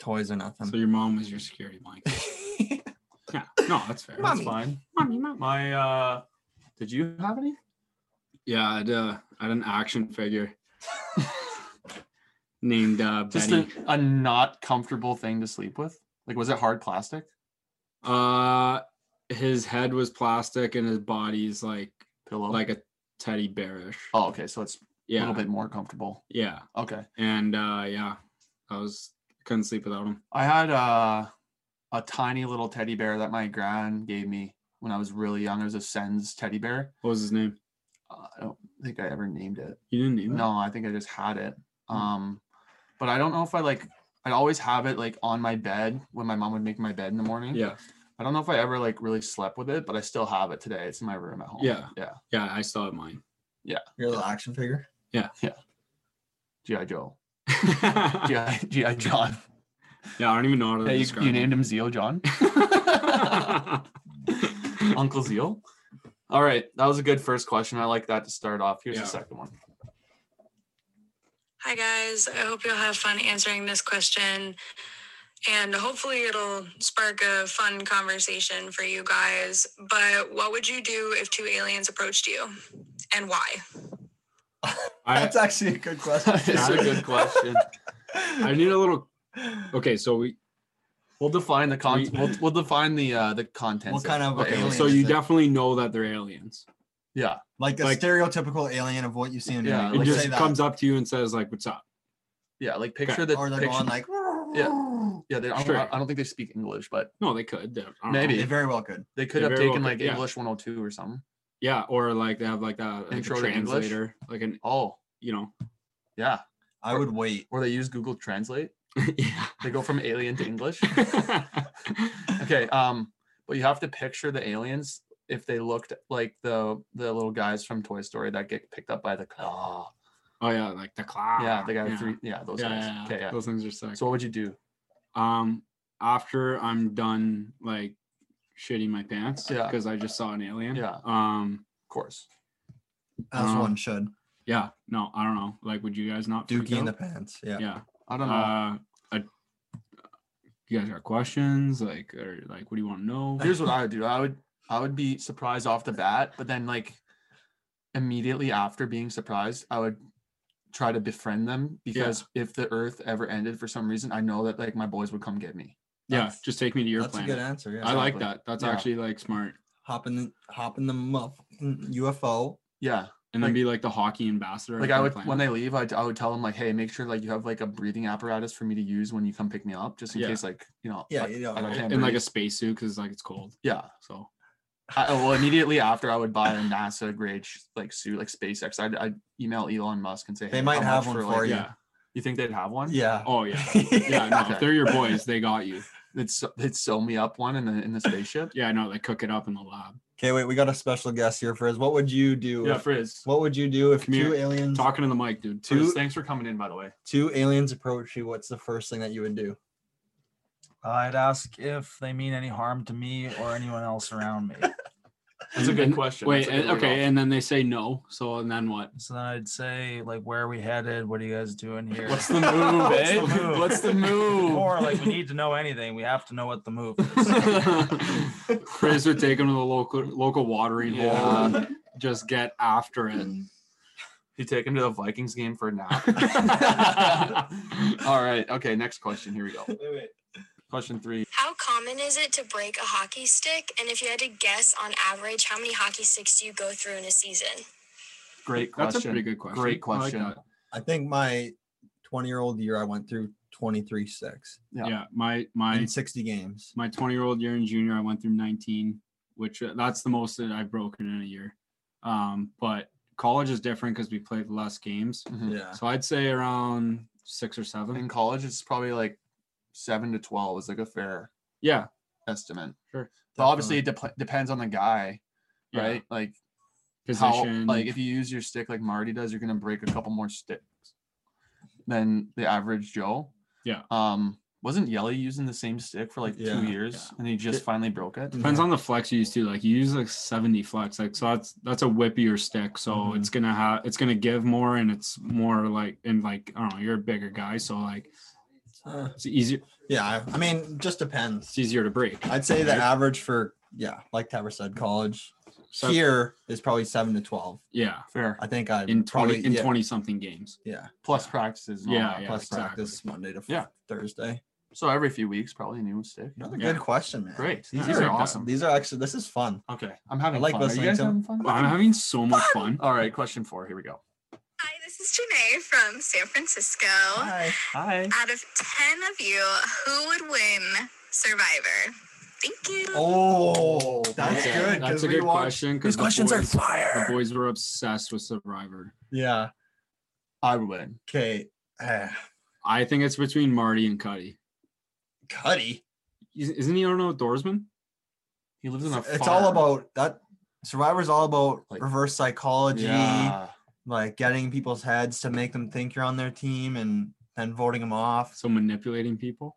S4: toys or nothing.
S3: so your mom was your security blanket. Yeah. No, that's fair.
S4: Mommy.
S3: That's fine.
S2: Mommy, mommy. My uh, did you have any?
S3: Yeah, I'd, uh, I had an action figure named uh,
S2: Just
S3: Betty.
S2: a, a not comfortable thing to sleep with. Like, was it hard plastic?
S3: Uh, his head was plastic and his body's like
S2: Pillow.
S3: like a teddy bearish.
S2: oh, okay. So it's a
S3: yeah,
S2: little bit more comfortable.
S3: yeah,
S2: Okay.
S3: and uh, yeah, I was couldn't sleep without him.
S2: I had uh, a tiny little teddy bear that my gran gave me when I was really young. It was a Sens teddy bear.
S3: What was his name?
S2: Uh, I don't think I ever named it.
S3: You didn't name
S2: No, I think I just had it. Um, but I don't know if I like. I'd always have it like on my bed when my mom would make my bed in the morning.
S3: it. Yeah,
S2: I don't know if I ever like really slept with it, but I still have it today. It's in my room at home.
S3: Yeah.
S2: Yeah.
S3: yeah, I still have mine.
S4: Your little action figure.
S2: G.I. Joe.
S3: yeah,
S2: G.I. G.I. John.
S3: I don't even know how to
S2: Yeah, you,
S3: describe.
S2: you
S3: him.
S2: named him Zeo John. Uncle Zeo. All right. That was a good first question. I like that to start off. Here's
S3: Yeah.
S2: the second one.
S5: Hi, guys. I hope you'll have fun answering this question. And hopefully, it'll spark a fun conversation for you guys. But what would you do if two aliens approached you? And why?
S3: I,
S4: That's actually a good question.
S2: it's a good question.
S3: I need a little. Okay, so we
S2: We'll define the con.
S3: We-
S2: We'll, we'll define the uh the content.
S4: What kind of
S2: okay,
S4: alien?
S3: so you
S4: Aliens.
S3: definitely know that they're aliens.
S2: Yeah.
S4: like a
S3: Like-
S4: stereotypical alien of what you see in
S2: Yeah,
S4: movies.
S3: It
S2: Let's
S4: Like, say
S3: just
S4: that.
S3: comes up to you and says like, "What's up?"
S2: Yeah. Like picture the
S4: or they're
S2: picture-
S4: going like
S2: Yeah. Yeah, they, I, don't,
S3: Sure.
S2: I don't think they speak English, but
S3: No, they could. they- I don't know.
S2: Maybe.
S4: they very well could.
S2: they could
S3: They
S2: have
S3: very well
S2: taken
S3: could,
S2: like
S3: yeah.
S2: English 102 or something.
S3: Yeah, or like they have like that like a
S2: Intro to English?
S3: translator, like an
S2: Oh,
S3: you know.
S2: yeah.
S4: I would wait.
S2: Or they use Google Translate.
S3: yeah.
S2: They go from alien to English. okay. Um, but you have to picture the aliens if they looked like the the little guys from Toy Story that get picked up by the claw.
S3: oh yeah, like the cloud.
S2: yeah, they got three. Yeah, those
S3: Yeah,
S2: guys.
S3: yeah, yeah.
S2: Okay, yeah.
S3: Those things are sick.
S2: so what would you do?
S3: um, after I'm done like shitting my pants,
S2: Yeah.
S3: because I just saw an alien.
S2: Yeah.
S3: Um.
S2: Of course.
S4: As
S3: Um,
S4: one should.
S3: Yeah. No, I don't know. Like, would you guys not? freak
S4: Dookie in the
S3: out?
S4: pants. Yeah.
S3: Yeah.
S2: I don't know.
S3: Uh, I, you guys got questions? Like, or like, what do you want to know?
S2: Here's what I would do. I would I would be surprised off the bat, but then like immediately after being surprised, I would try to befriend them because if the earth ever ended for some reason, I know that like my boys would come get me.
S3: yeah.
S4: That's-
S3: Just take me to your
S4: That's a good
S3: planet.
S4: answer. Yeah.
S3: I like
S2: Exactly.
S3: that. That's
S2: Yeah.
S3: actually like smart.
S4: hopping the hopping the motherfucking UFO.
S2: Yeah.
S3: and then
S2: Like-
S3: be like the hockey ambassador.
S2: Like
S3: of
S2: I
S3: their
S2: would when
S3: planet.
S2: they leave, I'd, I would tell them like, hey, make sure like you have like a breathing apparatus for me to use when you come pick me up, just in
S3: Yeah.
S2: case like you know.
S4: Yeah,
S2: I-
S4: you know,
S2: I
S4: right.
S2: can't
S3: in like a
S2: breathe.
S3: spacesuit because like it's cold.
S2: yeah.
S3: So
S2: I, I- well, immediately after, I would buy a NASA grade sh- like suit, like SpaceX. I'd, I'd email Elon Musk and say
S4: They
S2: "Hey,
S4: might
S2: how
S4: have
S2: much
S4: one for
S2: like-"
S4: you.
S3: yeah.
S2: You think they'd have one?
S4: Yeah.
S3: Oh yeah. Yeah. No, if they're your boys, they got you.
S2: they'd, se- they'd sew me up one in the in the spaceship.
S3: Yeah. No, they cook it up in the lab.
S4: Okay, wait, we got a special guest here, Frizz. What would you do?
S2: yeah,
S4: if,
S2: Frizz.
S4: what would you do if
S3: Come
S4: two
S3: here.
S4: aliens
S3: Talking to the mic, dude.
S2: Frizz,
S4: Two-
S2: thanks for coming in, by the way.
S4: two aliens approach you? What's the first thing that you would do?
S6: I'd ask if they mean any harm to me or anyone else around me.
S2: That's a
S3: And-
S2: good
S3: and-
S2: question. That's
S3: Wait.
S2: a good
S3: and-
S2: lead
S3: okay.
S2: off.
S3: And then they say no. So and then what?
S6: So then I'd say, like, where are we headed? What are you guys doing here?
S2: What's the move,
S6: What's
S2: eh?
S6: the move?
S2: What's the move?
S6: or like we need to know anything. We have to know what the move is.
S3: Chris would take him to the local local watering hole.
S2: Yeah. Mm.
S3: And just get after it.
S2: You take him to the Vikings game for a nap.
S3: All
S2: All right.
S3: uh,
S2: Okay. Next question. Here we go. Question three.
S5: How common is it to break a hockey stick? And if you had to guess on average, how many hockey sticks do you go through in a season?
S2: Great question.
S3: That's a pretty good question.
S2: Great
S3: I like
S2: question.
S3: that.
S4: I think my 20 year old year I went through 23 six
S2: Yeah.
S3: Yeah. My my
S4: in 60 games.
S3: my 20 year old year in junior i went through 19 which uh, that's the most that i've broken in a year um but college is different because we played less games
S2: Mhm.
S4: Yeah.
S3: so i'd say around six or
S2: In
S3: seven
S2: college, it's probably like seven to twelve is like a fair
S3: yeah
S2: estimate. But
S4: definitely.
S2: obviously, it dep- depends on the guy, right? Like how
S3: position
S2: like if you use your stick like Marty does, you're gonna break a couple more sticks. than the average Joe.
S3: Yeah.
S2: Um, wasn't Yelly using the same stick for like
S4: Yeah,
S2: two years and he just
S3: It- Mm-hmm.
S2: finally broke it?
S3: Depends on the flex you use too. Like you use like 70 flex, like so that's that's a whippier stick. So
S2: Mm-hmm.
S6: Mhm.
S3: it's gonna have it's gonna give more and it's more like and like I don't know, you're a bigger guy, so like
S4: Uh,
S3: it's easier
S4: yeah, I, I mean, just depends.
S3: it's easier to break.
S4: I'd say the
S3: Right.
S4: average for yeah, like Tavor said, college
S3: So
S4: here is probably seven to twelve.
S3: yeah.
S2: Fair.
S4: I think I
S3: In 20
S4: probably,
S3: in
S4: yeah,
S3: 20 something games.
S4: yeah,
S2: Plus practices. and all
S3: Yeah,
S2: that.
S3: yeah.
S4: plus
S3: exactly.
S4: practice Monday to f-
S2: Yeah.
S4: Thursday.
S2: So every few weeks, probably a new stick.
S4: Another
S3: Yeah.
S4: good question, man.
S2: Great.
S4: These,
S3: Yeah, I like
S4: are,
S3: that.
S4: awesome. These are actually this is fun.
S2: Okay. I'm having
S4: I like
S2: fun. Are you
S4: listening
S2: guys
S4: to-
S2: having fun?
S3: Wow, I'm having so much fun.
S4: Oh,
S2: All right. Question four. Here we go.
S5: Hi, this is Janae from San Francisco.
S4: Hi.
S2: Hi.
S5: Out of 10 of you, who would win Survivor? Thank you.
S4: Oh, that's
S3: Okay,
S4: good.
S3: That's a
S4: 'cause we
S3: good
S4: watched-
S3: question. 'cause
S4: These
S3: the
S4: questions are
S3: boys-
S4: fire.
S3: the boys were obsessed with Survivor.
S4: Yeah.
S2: I would win.
S4: Okay. Uh,
S3: I think it's between Marty and Cuddy.
S4: Cuddy.
S3: Is- Isn't he an outdoorsman?
S2: He lives in a
S4: It's all
S2: farm.
S4: about that. Survivor's all about
S2: Like-
S4: reverse psychology,
S2: Yeah.
S4: like getting people's heads to make them think you're on their team and then voting them off.
S3: So manipulating people.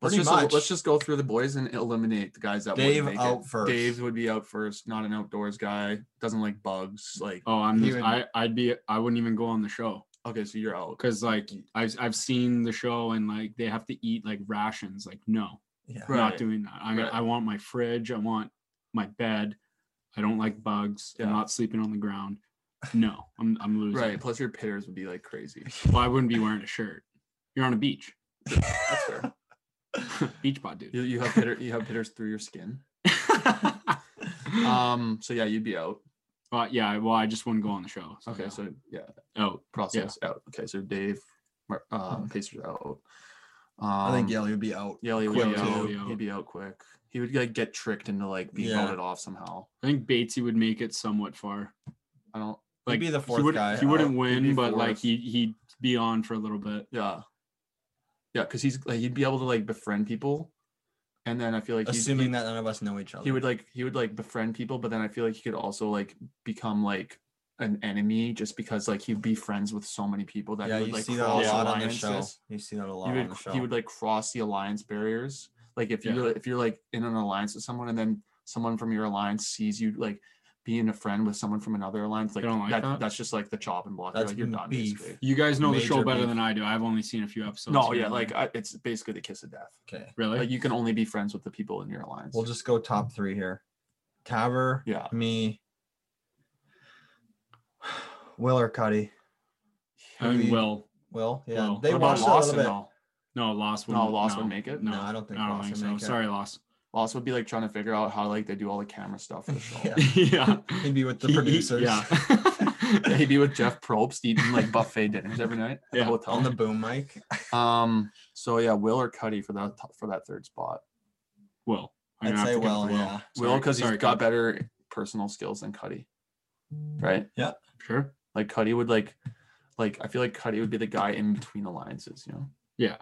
S2: Let's
S4: Pretty
S2: just
S4: much.
S2: let's just go through the boys and eliminate the guys that wouldn't
S4: Dave
S2: make it.
S4: out first.
S2: Dave would be out first. Not an outdoors guy. Doesn't like bugs. Like
S3: Oh, I'm.
S4: He
S3: Just,
S4: would-
S3: I I'd be. I wouldn't even go on the show
S2: okay, so you're out.
S3: because like I've I've seen the show and like they have to eat like rations. Like no,
S4: Yeah.
S3: I'm
S2: Right.
S3: not doing that. I mean,
S2: Right.
S3: I want my fridge. I want my bed. I don't like bugs.
S2: Yeah.
S3: I'm not sleeping on the ground. No, I'm I'm losing.
S2: Right. Plus your pitters would be like crazy.
S3: Well, I wouldn't be wearing a shirt. You're on a beach.
S2: That's fair.
S3: beach pod, dude.
S2: You, you have pitter, you have pitters through your skin. Um. So yeah, you'd be out.
S3: Well, yeah. Well, I just wouldn't go on the show.
S2: Okay.
S3: yeah.
S2: So yeah,
S3: oh,
S2: process out. Okay. So Dave, Mar- um, Pacers out. Um,
S4: I think Yelly would be out.
S2: Yelly would
S3: Quick
S2: be out.
S3: too.
S2: He'd be out quick. He would like get tricked into like being
S4: Yeah.
S2: voted off somehow.
S3: I think Batesy would make it somewhat far.
S2: I don't.
S4: He'd
S3: Like
S4: be the fourth
S3: he would,
S4: guy
S3: He wouldn't
S4: out.
S2: Oh, He'd be
S3: win, but like
S2: fourth.
S3: he he'd be on for a little bit.
S2: Yeah. Yeah, because he's like he'd be able to like befriend people, and then I feel like he's,
S4: assuming
S2: he,
S4: that none of us know each other.
S2: he would like he would like befriend people, but then I feel like he could also like become like an enemy just because like he'd be friends with so many people that
S4: yeah,
S2: he would
S4: you
S2: like
S4: see that a
S2: cross
S4: lot on the show.
S2: alliances.
S4: You see that a lot
S2: He
S4: on
S2: would
S4: the show.
S2: he would like cross the alliance barriers. Like if you're if you're like in an alliance with someone and then someone from your alliance sees you like being a friend with someone from another alliance, like,
S3: don't like
S2: that,
S3: that?
S2: that's just like the chopping block.
S4: That's
S2: like, you're done
S4: beef.
S2: basically.
S3: You guys know the show
S4: Major
S3: better
S4: beef.
S3: than I do. I've only seen a few episodes.
S2: no,
S3: here
S2: yeah,
S3: and
S2: like
S3: there.
S2: I, it's basically the kiss of death.
S4: okay.
S3: really.
S2: Like you can only be friends with the people in your alliance.
S4: We'll just go top three here. Taver,
S2: yeah.
S4: me, Will or Cuddy.
S3: I mean,
S4: we-
S3: Will.
S4: Will, yeah.
S3: Will.
S4: They
S3: What
S2: about
S4: watched it a little
S2: Lawson
S4: bit.
S2: though?
S3: No, Loss would.
S2: No, Loss would make it?
S3: No,
S4: No, I don't think
S3: I don't
S4: Loss
S3: think
S4: would
S3: so.
S4: make it.
S3: Sorry, Loss.
S2: Lawson would be like trying to figure out how like they do all the camera stuff for the show.
S4: Yeah.
S3: yeah.
S4: He'd be with the
S3: He- he-
S4: producers
S2: Yeah,
S3: yeah.
S2: He'd be with Jeff Probst eating like buffet dinners every night at the
S3: Yeah.
S2: hotel.
S4: on the boom mic.
S2: um. So yeah, Will or Cuddy for that for that third spot.
S3: Will. I'm
S4: I'd
S3: gonna have
S4: say
S3: to give it to
S4: Will, yeah.
S2: Will
S3: Sorry-
S2: because he's
S3: sorry,
S2: got
S3: Cub.
S2: better personal skills than Cuddy,
S3: Mm.
S2: right?
S3: Sure.
S2: Like Cuddy would like, like I feel like Cuddy would be the guy in between alliances. You know,
S3: Yeah.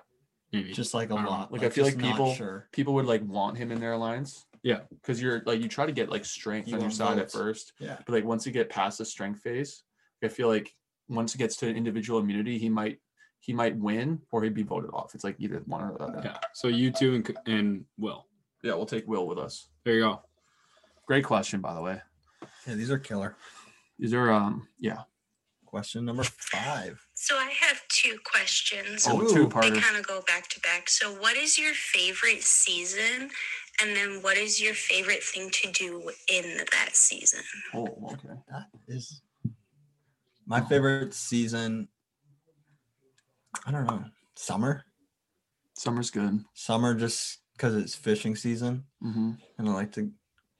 S3: Maybe.
S4: Just like a
S3: I don't know.
S4: lot.
S2: Like, I feel
S4: just
S2: like
S4: not
S2: people-
S4: Sure.
S2: people would like want him in their alliance.
S3: Yeah.
S2: because you're like you try to get like strength
S4: You
S2: on your
S4: want
S2: side at
S4: votes.
S2: first,
S4: Yeah.
S2: but like once you get past the strength phase, I feel like once it gets to individual immunity, he might he might win or he'd be voted off. It's like either one or the other.
S3: yeah. So you two and C- and Will.
S2: Yeah, we'll take Will with us.
S3: There you go.
S2: Great question, by the way.
S4: Yeah, these are killer.
S2: Is there um yeah
S4: Question number five.
S5: So I have two questions.
S2: oh
S4: Ooh.
S2: two
S5: They
S2: parter?
S5: kind of go back to back. So, what is your favorite season? And then, what is your favorite thing to do in that season?
S2: Oh okay.
S4: That is my favorite season. I don't know. Summer.
S2: Summer's good.
S4: Summer just because it's fishing season
S2: Mm-hmm.
S4: and I like to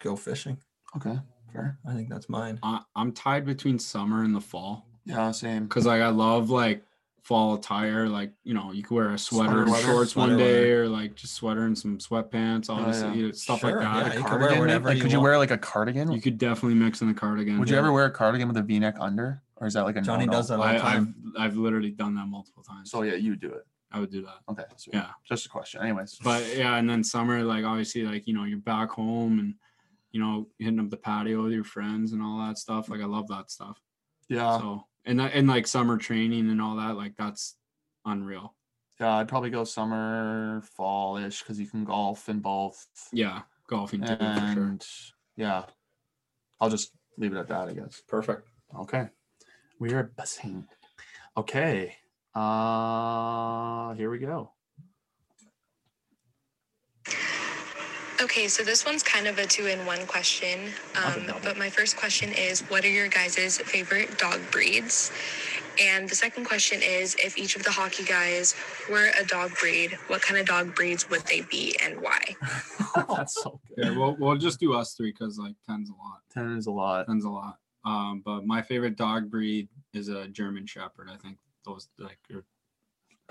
S4: go fishing.
S2: Okay, fair.
S4: I think that's mine.
S3: I, I'm tied between summer and the fall
S2: Yeah, same.
S3: because like I love like fall attire. Like you know, you could wear a
S2: Sweater
S3: sweater and
S2: weather. Oh,
S3: shorts one
S4: Sweater
S3: day, or like just sweater and some sweatpants. Obviously, you know, stuff like
S4: Sure, yeah,
S3: that.
S4: you
S3: A
S4: can wear
S3: cardigan,
S4: whatever
S2: Like,
S4: you
S2: could you
S4: want.
S2: wear like a cardigan?
S3: You could definitely mix in the cardigan.
S2: Would you ever wear a cardigan with a V-neck under, or is that like a
S4: Johnny
S2: no-no?
S4: does that all the
S3: I, I've
S4: time.
S3: I've literally done that multiple times.
S2: So yeah, you do it.
S3: I would do that.
S2: Okay. sweet.
S3: Yeah.
S2: Just a question. Anyways.
S3: But yeah, and then summer, like obviously, like you know, you're back home and you know hitting up the patio with your friends and all that stuff. Like I love that stuff.
S2: yeah.
S3: so and that, and like summer training and all that. Like that's unreal.
S2: Yeah, I'd probably go summer, fall ish because you can golf in both.
S3: Yeah, golfing too for sure.
S2: And yeah, I'll just leave it at that, I guess.
S3: Perfect.
S2: Okay. We are buzzing. Okay. Uh here we go.
S5: Okay, so this one's kind of a two in one question.
S2: Not a
S5: Um,
S2: double.
S5: but my first question is What are your guys' favorite dog breeds? And the second question is If each of the hockey guys were a dog breed, what kind of dog breeds would they be and why?
S2: That's so good.
S3: Yeah, we'll we'll just do us three because like ten's a lot.
S2: Ten is a lot.
S3: Ten's a lot. Um, but my favorite dog breed is a German Shepherd. I think those like are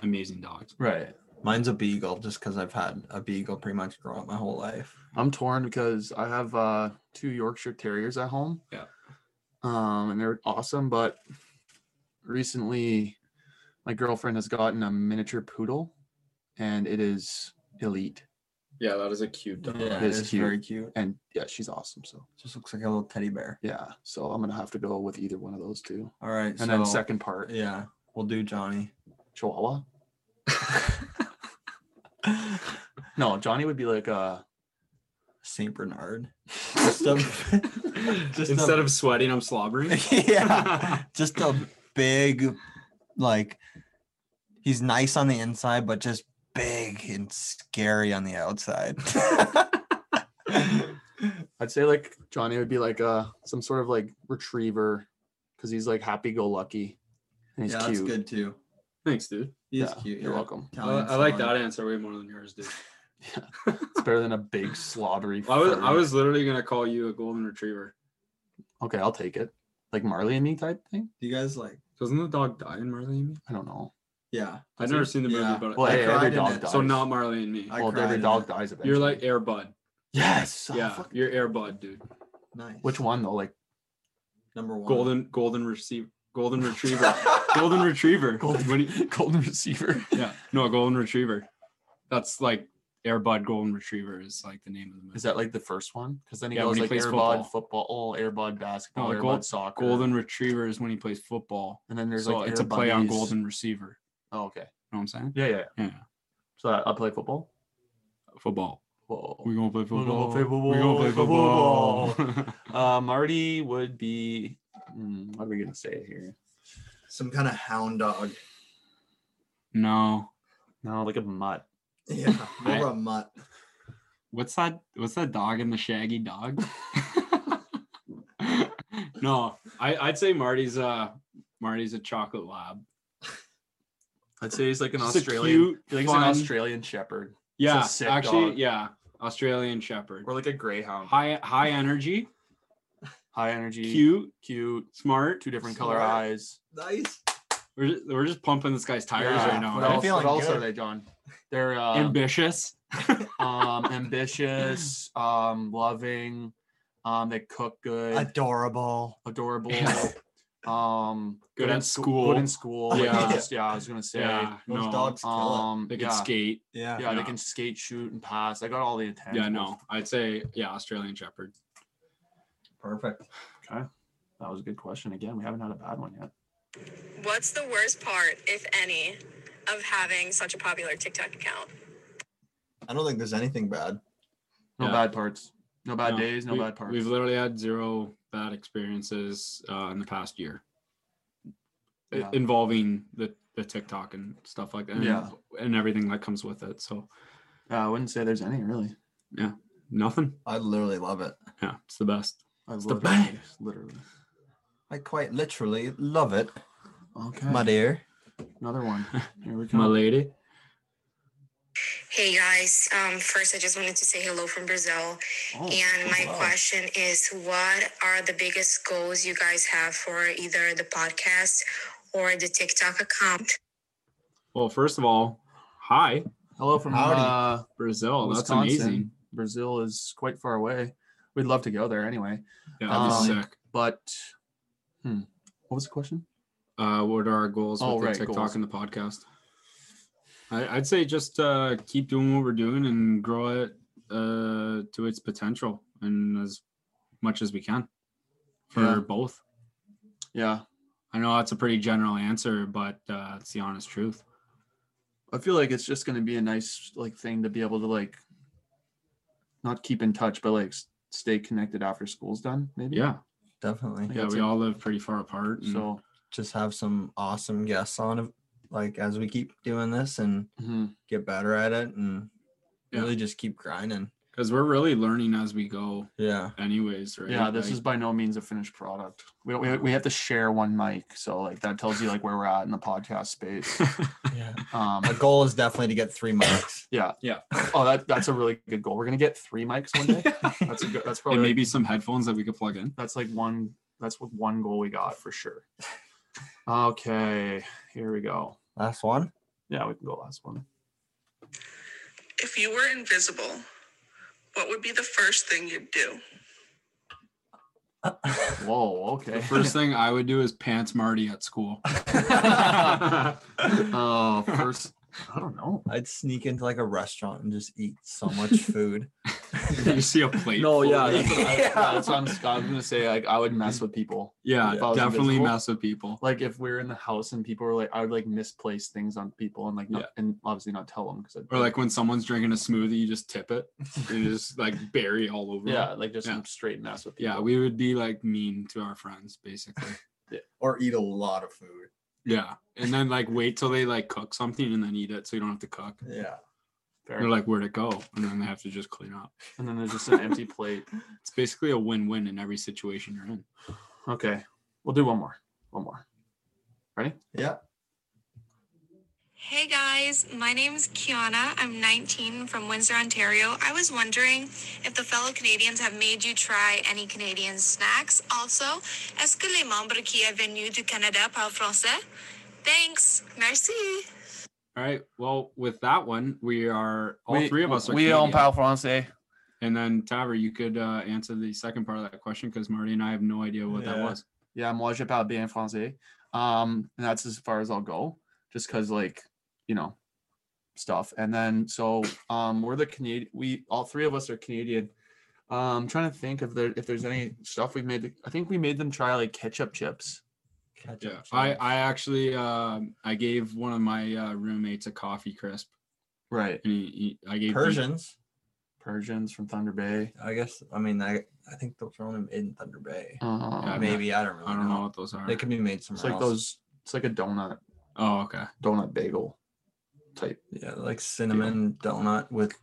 S3: amazing dogs.
S2: Right.
S4: Mine's a beagle, just because I've had a beagle pretty much throughout my whole life.
S2: I'm torn because I have uh two Yorkshire Terriers at home.
S3: Yeah.
S2: Um, and they're awesome, but recently my girlfriend has gotten a miniature poodle and it is elite.
S3: Yeah, that is a cute
S2: It
S4: it's
S2: is cute.
S4: very cute.
S2: And yeah, she's awesome. So
S4: Just looks like a little teddy bear.
S2: yeah. So I'm gonna have to go with either one of those two.
S4: All right,
S2: And then second part,
S4: yeah, we'll do Johnny.
S2: Chihuahua. no, Johnny would be like uh
S4: Saint Bernard. Just a, just
S3: Instead
S4: a,
S3: of sweating, I'm slobbering.
S4: yeah, just a big, like, he's nice on the inside, but just big and scary on the outside.
S2: I'd say like Johnny would be like uh some sort of like retriever because he's like happy go lucky. And he's cute.
S4: too.
S3: Thanks, dude.
S4: He's
S2: Yeah, You're welcome.
S3: I, I like that answer way more than yours, dude.
S2: It's better than a big slobbery.
S3: I was I
S2: furry.
S3: was literally gonna call you a golden retriever.
S2: okay, I'll take it. Like Marley and me type thing?
S4: Do you guys like?
S3: Doesn't the dog die in Marley and Me?
S2: I don't know.
S4: Yeah,
S3: I've never seen the movie,
S4: Yeah.
S3: but
S2: Well,
S4: I
S2: hey,
S4: cried
S2: every
S4: in
S2: dog
S4: it,
S2: dies.
S3: so not Marley and Me.
S4: I
S2: well,
S4: cried
S2: every
S4: in
S2: dog
S4: it.
S2: dies eventually.
S3: You're like Air Bud.
S2: yes.
S3: yeah,
S2: fuck.
S3: you're Air Bud, dude.
S4: Oh, nice.
S2: Which one though? Like
S4: Number one.
S3: Golden golden receiver, golden retriever, golden retriever. What do you-
S2: golden receiver.
S3: yeah, no, golden retriever. That's like Air Bud Golden Retriever is like the name of the movie.
S2: Is that like the first one? Because then he
S3: Yeah, when
S2: goes
S3: he
S2: like
S3: plays
S2: airbud football, oh, airbud basketball,
S3: No,
S2: airbud
S3: gold-
S2: soccer,
S3: golden retriever is when he plays football?
S2: and then there's
S3: so
S2: like
S3: it's
S2: Air
S3: a play on
S2: Buddies.
S3: golden receiver.
S2: Oh, okay.
S3: You know what I'm saying?
S2: Yeah, yeah, yeah.
S3: Yeah,
S2: So I, I play football.
S3: football.
S2: Whoa.
S3: We gonna play
S2: Oh. gonna
S3: football.
S2: play
S3: We gonna play
S2: football,
S3: football.
S2: Uh, Marty would be. Hmm, what are we gonna say here?
S4: Some kind of hound dog.
S3: no,
S2: No, like a mutt.
S4: Yeah,
S3: I-
S4: more a mutt.
S3: what's that? What's that dog in the Shaggy Dog? no, I, I'd say Marty's uh Marty's a chocolate lab.
S2: I'd say he's like an
S3: Just a
S2: Australian.
S3: cute,
S2: like he's an
S3: fun-
S2: Australian Shepherd
S3: Yeah,
S2: sick
S3: actually,
S2: dog.
S3: yeah, Australian Shepherd.
S2: or like a Greyhound. High,
S3: High high energy,
S2: energy,
S3: cute,
S2: cute,
S3: smart.
S2: two different color
S4: Smart.
S2: eyes.
S4: Nice.
S3: We're just, we're just pumping this guy's tires
S2: Yeah.
S3: right now.
S2: What
S3: right?
S2: else, what
S4: Feeling
S2: else are
S4: good.
S2: they, John? They're uh,
S3: Ambitious.
S2: um ambitious um loving um they cook good
S4: Adorable.
S2: adorable
S3: Yeah.
S2: um
S3: Good at
S2: in scho-
S3: school.
S2: good in school like,
S3: Yeah.
S2: just- yeah i was gonna say
S3: Yeah,
S4: Those
S3: no.
S4: dogs kill
S2: um
S3: They can
S2: yeah,
S3: skate.
S4: it. Yeah.
S2: yeah, they
S3: yeah.
S2: can skate shoot and pass i got all the intangibles.
S3: Yeah, no, I'd say yeah, Australian Shepherd.
S4: Perfect.
S2: okay that was a good question again we haven't had a bad one yet
S5: What's the worst part, if any, of having such a popular TikTok account?
S4: I don't think there's anything bad.
S2: no
S3: Yeah.
S2: bad parts no bad
S3: No,
S2: days no
S3: we-
S2: bad parts
S3: We've literally had zero bad experiences uh, in the past year i-
S2: Yeah.
S3: involving the the TikTok and stuff like that. And,
S2: Yeah.
S3: and everything that comes with it. So
S2: yeah, i wouldn't say there's any really
S3: nothing.
S4: I literally love it.
S3: Yeah, it's the best.
S2: I
S4: the
S2: literally-
S4: best.
S2: literally
S4: I quite literally love it,
S2: okay
S4: my dear.
S2: another one here we
S3: My
S2: go
S3: lady.
S5: Hey guys, um, first I just wanted to say hello from Brazil.
S2: Oh,
S5: and my
S2: wow.
S5: question is what are the biggest goals you guys have for either the podcast or the TikTok account?
S3: Well, first of all, hi
S2: hello from
S4: Howdy.
S2: uh
S3: Brazil.
S2: Wisconsin.
S3: Oh, That's amazing.
S2: Brazil is quite far away. We'd love to go there anyway.
S3: Yeah, that'd be
S2: Um,
S3: sick.
S2: But hmm, what was the question?
S3: uh, what are our goals
S2: Oh,
S3: with the
S2: right,
S3: TikTok
S2: goals.
S3: and the podcast? I, I'd say just uh, keep doing what we're doing and grow it uh, to its potential and as much as we can for
S2: Yeah.
S3: both.
S2: Yeah,
S3: I know that's a pretty general answer, but uh, it's the honest truth.
S2: I feel like it's just going to be a nice like thing to be able to like not keep in touch, but like s- stay connected after school's done. Maybe.
S3: Yeah.
S4: Definitely.
S3: Yeah.
S2: it's
S3: We
S2: a-
S3: all live pretty far apart. and-
S2: So
S4: Just have some awesome guests on, of- like as we keep doing this and
S2: mhm.
S4: get better at it and
S3: Mm-hmm. Yeah.
S4: really just keep grinding.
S3: because we're really learning as we go,
S4: Yeah.
S3: anyways, right?
S2: yeah, this
S3: Like,
S2: is by no means a finished product. We don't, we, we have to share one mic, so like that tells you like where we're at in the podcast space.
S4: Yeah.
S2: Um,
S4: My goal is definitely to get three mics.
S2: yeah,
S3: Yeah.
S2: Oh, that, that's a really good goal. We're gonna get three mics one day. That's a good. That's probably
S3: and
S2: like-
S3: maybe some headphones that we could plug in.
S2: that's like one that's what one goal we got for sure okay here we go
S4: Last one.
S2: yeah we can go last one
S5: If you were invisible, what would be the first thing you'd do?
S2: whoa okay
S3: The first thing I would do is pants Marty at school.
S2: oh Uh, first i don't know
S4: I'd sneak into like a restaurant and just eat so much food.
S3: you see a plate.
S2: no
S3: full of-
S2: yeah that's what, I,
S4: Yeah.
S2: that's what I'm, I'm gonna say like i would mess with people
S3: yeah,
S2: If I was
S3: definitely
S2: invisible.
S3: mess with people.
S2: like if we are in the house and people were like i would like misplace things on people and like not,
S3: Yeah.
S2: and obviously not tell them because
S3: Or like when someone's drinking a smoothie, you just tip it and you just like bury all over. 'em.
S2: yeah like just
S3: Yeah.
S2: straight mess with people
S3: Yeah, we would be like mean to our friends basically.
S4: or eat a lot of food.
S3: Yeah. And then like wait till they like cook something and then eat it so you don't have to cook.
S4: Yeah.
S2: Fair.
S3: They're like, where'd it go? And then they have to just clean up.
S2: and then there's just an empty plate
S3: It's basically a win win in every situation you're in.
S2: okay we'll do one more one more
S4: Yeah.
S5: Hey guys, my name's Kiana. I'm 19 from Windsor, Ontario. I was wondering if the fellow Canadians have made you try any Canadian snacks. Also, est-ce que les membres qui est venu du Canada parlent français? Thanks. Merci.
S3: All right. Well, with that one, we are all
S2: We-
S3: three of us are
S2: we own pal
S3: Canadian.
S2: francais
S3: And then Taver, you could uh, answer the second part of that question because Marty and I have no idea what that
S4: Yeah.
S3: was.
S2: Yeah, moi je parle bien français. Um, and that's as far as I'll go, just because like you know stuff. And then so um, we're the Canadian. We all three of us are Canadian. Um, I'm trying to think if there if there's any stuff we've made. I think we made them try like ketchup chips.
S4: Ketchup
S3: Yeah.
S4: chips.
S3: I, I actually um I gave one of my uh, roommates a coffee crisp.
S2: Right.
S3: And he, he, I gave each-
S4: Persians.
S2: Persians from Thunder Bay.
S4: I guess. I mean, I I think those are only made in Thunder Bay.
S2: Um,
S3: Yeah, I mean,
S4: Maybe I don't really
S3: I don't know
S4: know.
S3: what those are.
S4: They can be made
S2: it's
S4: somewhere
S2: like
S4: else.
S2: those. It's like a donut
S3: oh, okay.
S2: donut bagel type.
S4: Yeah, like cinnamon donut with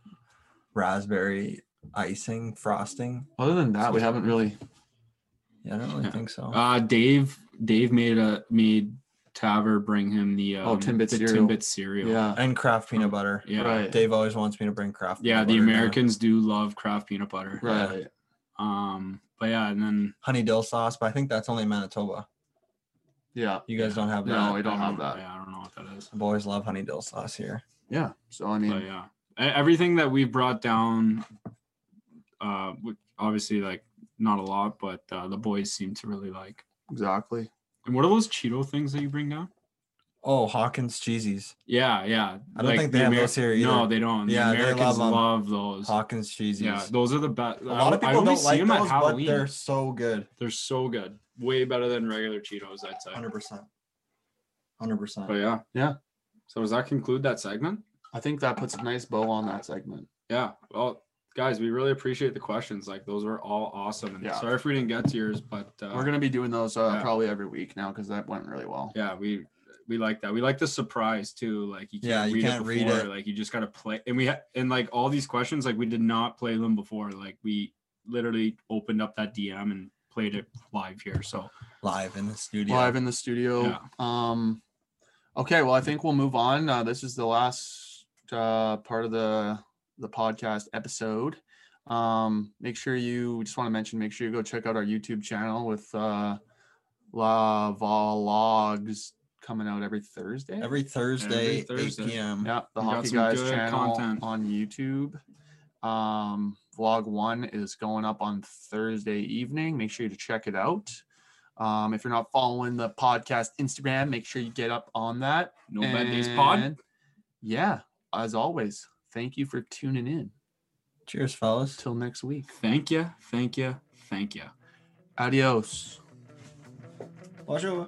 S4: raspberry icing frosting.
S2: Other than that, we haven't really.
S4: Yeah, I don't really
S3: Yeah.
S4: think
S2: Oh.
S4: so.
S3: Uh, Dave Dave made a made Taver bring him the um,
S2: Oh, Timbit
S3: the
S2: cereal.
S3: Timbit cereal.
S2: Yeah.
S4: and Kraft peanut butter.
S3: Yeah.
S2: Right.
S4: Dave always wants me to bring Kraft.
S3: Yeah,
S4: peanut
S3: the
S4: butter down.
S3: Americans do love craft peanut butter.
S2: Right.
S3: Um, but yeah, and then
S4: honey dill sauce, but I think that's only in Manitoba.
S2: Yeah.
S4: You guys don't have that.
S2: No, we don't have that.
S3: Yeah, uh, I don't know what that is.
S4: The boys love honey dill sauce here.
S2: Yeah. So I mean,
S3: But yeah, E- everything that we brought down, uh, w- obviously like not a lot, but uh, the boys seem to really like.
S2: exactly.
S3: And what are those Cheeto things that you bring down?
S4: Oh, Hawkins cheesies.
S3: Yeah, yeah.
S4: I don't think they have those here either.
S3: No, they don't. Yeah,
S4: Yeah, they
S3: the Americans
S4: love 'em.
S3: love, those.
S4: Hawkins cheesies.
S3: Yeah, those are the best.
S4: a lot of people don't like those, but they're so good.
S3: They're so good. Way better than regular Cheetos, I'd say.
S4: Hundred percent. Hundred
S3: But
S4: percent.
S3: yeah.
S2: Yeah.
S3: So does that conclude that segment?
S2: I think that puts a nice bow on that segment.
S3: Yeah. Well, guys, we really appreciate the questions. Like those were all awesome. And
S2: Yeah.
S3: sorry if we didn't get to yours, but uh,
S2: We're gonna be doing those uh,
S3: yeah.
S2: probably every week now because that went really well.
S3: yeah, we we like that. We like the surprise too. Like you can't
S4: Yeah, you
S3: read,
S4: can't
S3: it
S4: read
S3: before.
S4: it.
S3: Like you just gotta play. And we ha- and like all these questions, like we did not play them before. Like we literally opened up that DM and played it live here. So
S4: Live in the studio.
S2: Live in the studio.
S3: Yeah.
S2: Um, okay, well, I think we'll move on. Uh, this is the last uh, part of the the podcast episode. Um, make sure you we just want to mention. Make sure you go check out our YouTube channel with uh, La Vlogs coming out every Thursday.
S4: every Thursday,
S3: Thursday.
S4: eight p.m.
S2: Yeah, the
S3: We got
S2: Hockey
S3: some
S2: Guys
S3: good
S2: channel
S3: content.
S2: on YouTube. Um, vlog one is going up on Thursday evening. Make sure to check it out. Um, if you're not following the podcast Instagram, make sure you get up on that.
S3: no bad days pod.
S2: And, Yeah, as always, thank you for tuning in.
S4: Cheers, fellas.
S2: Till next week.
S3: Thank you, thank you, thank you.
S2: Adios.
S4: Watch over.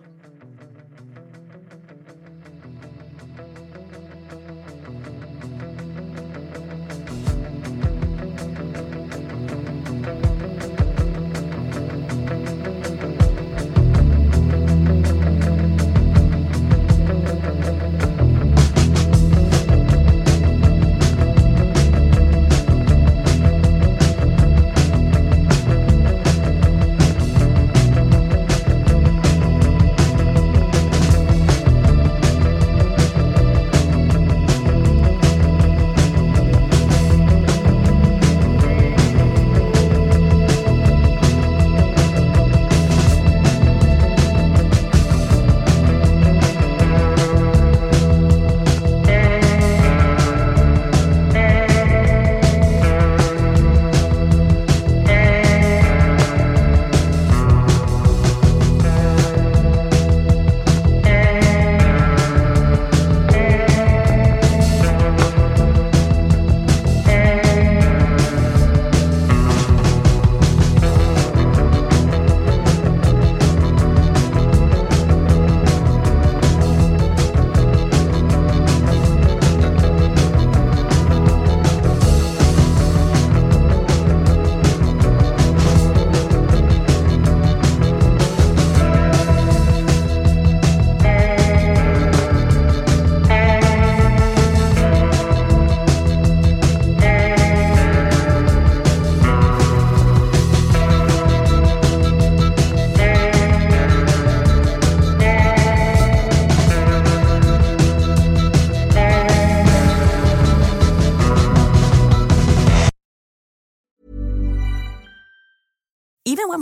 S7: Even when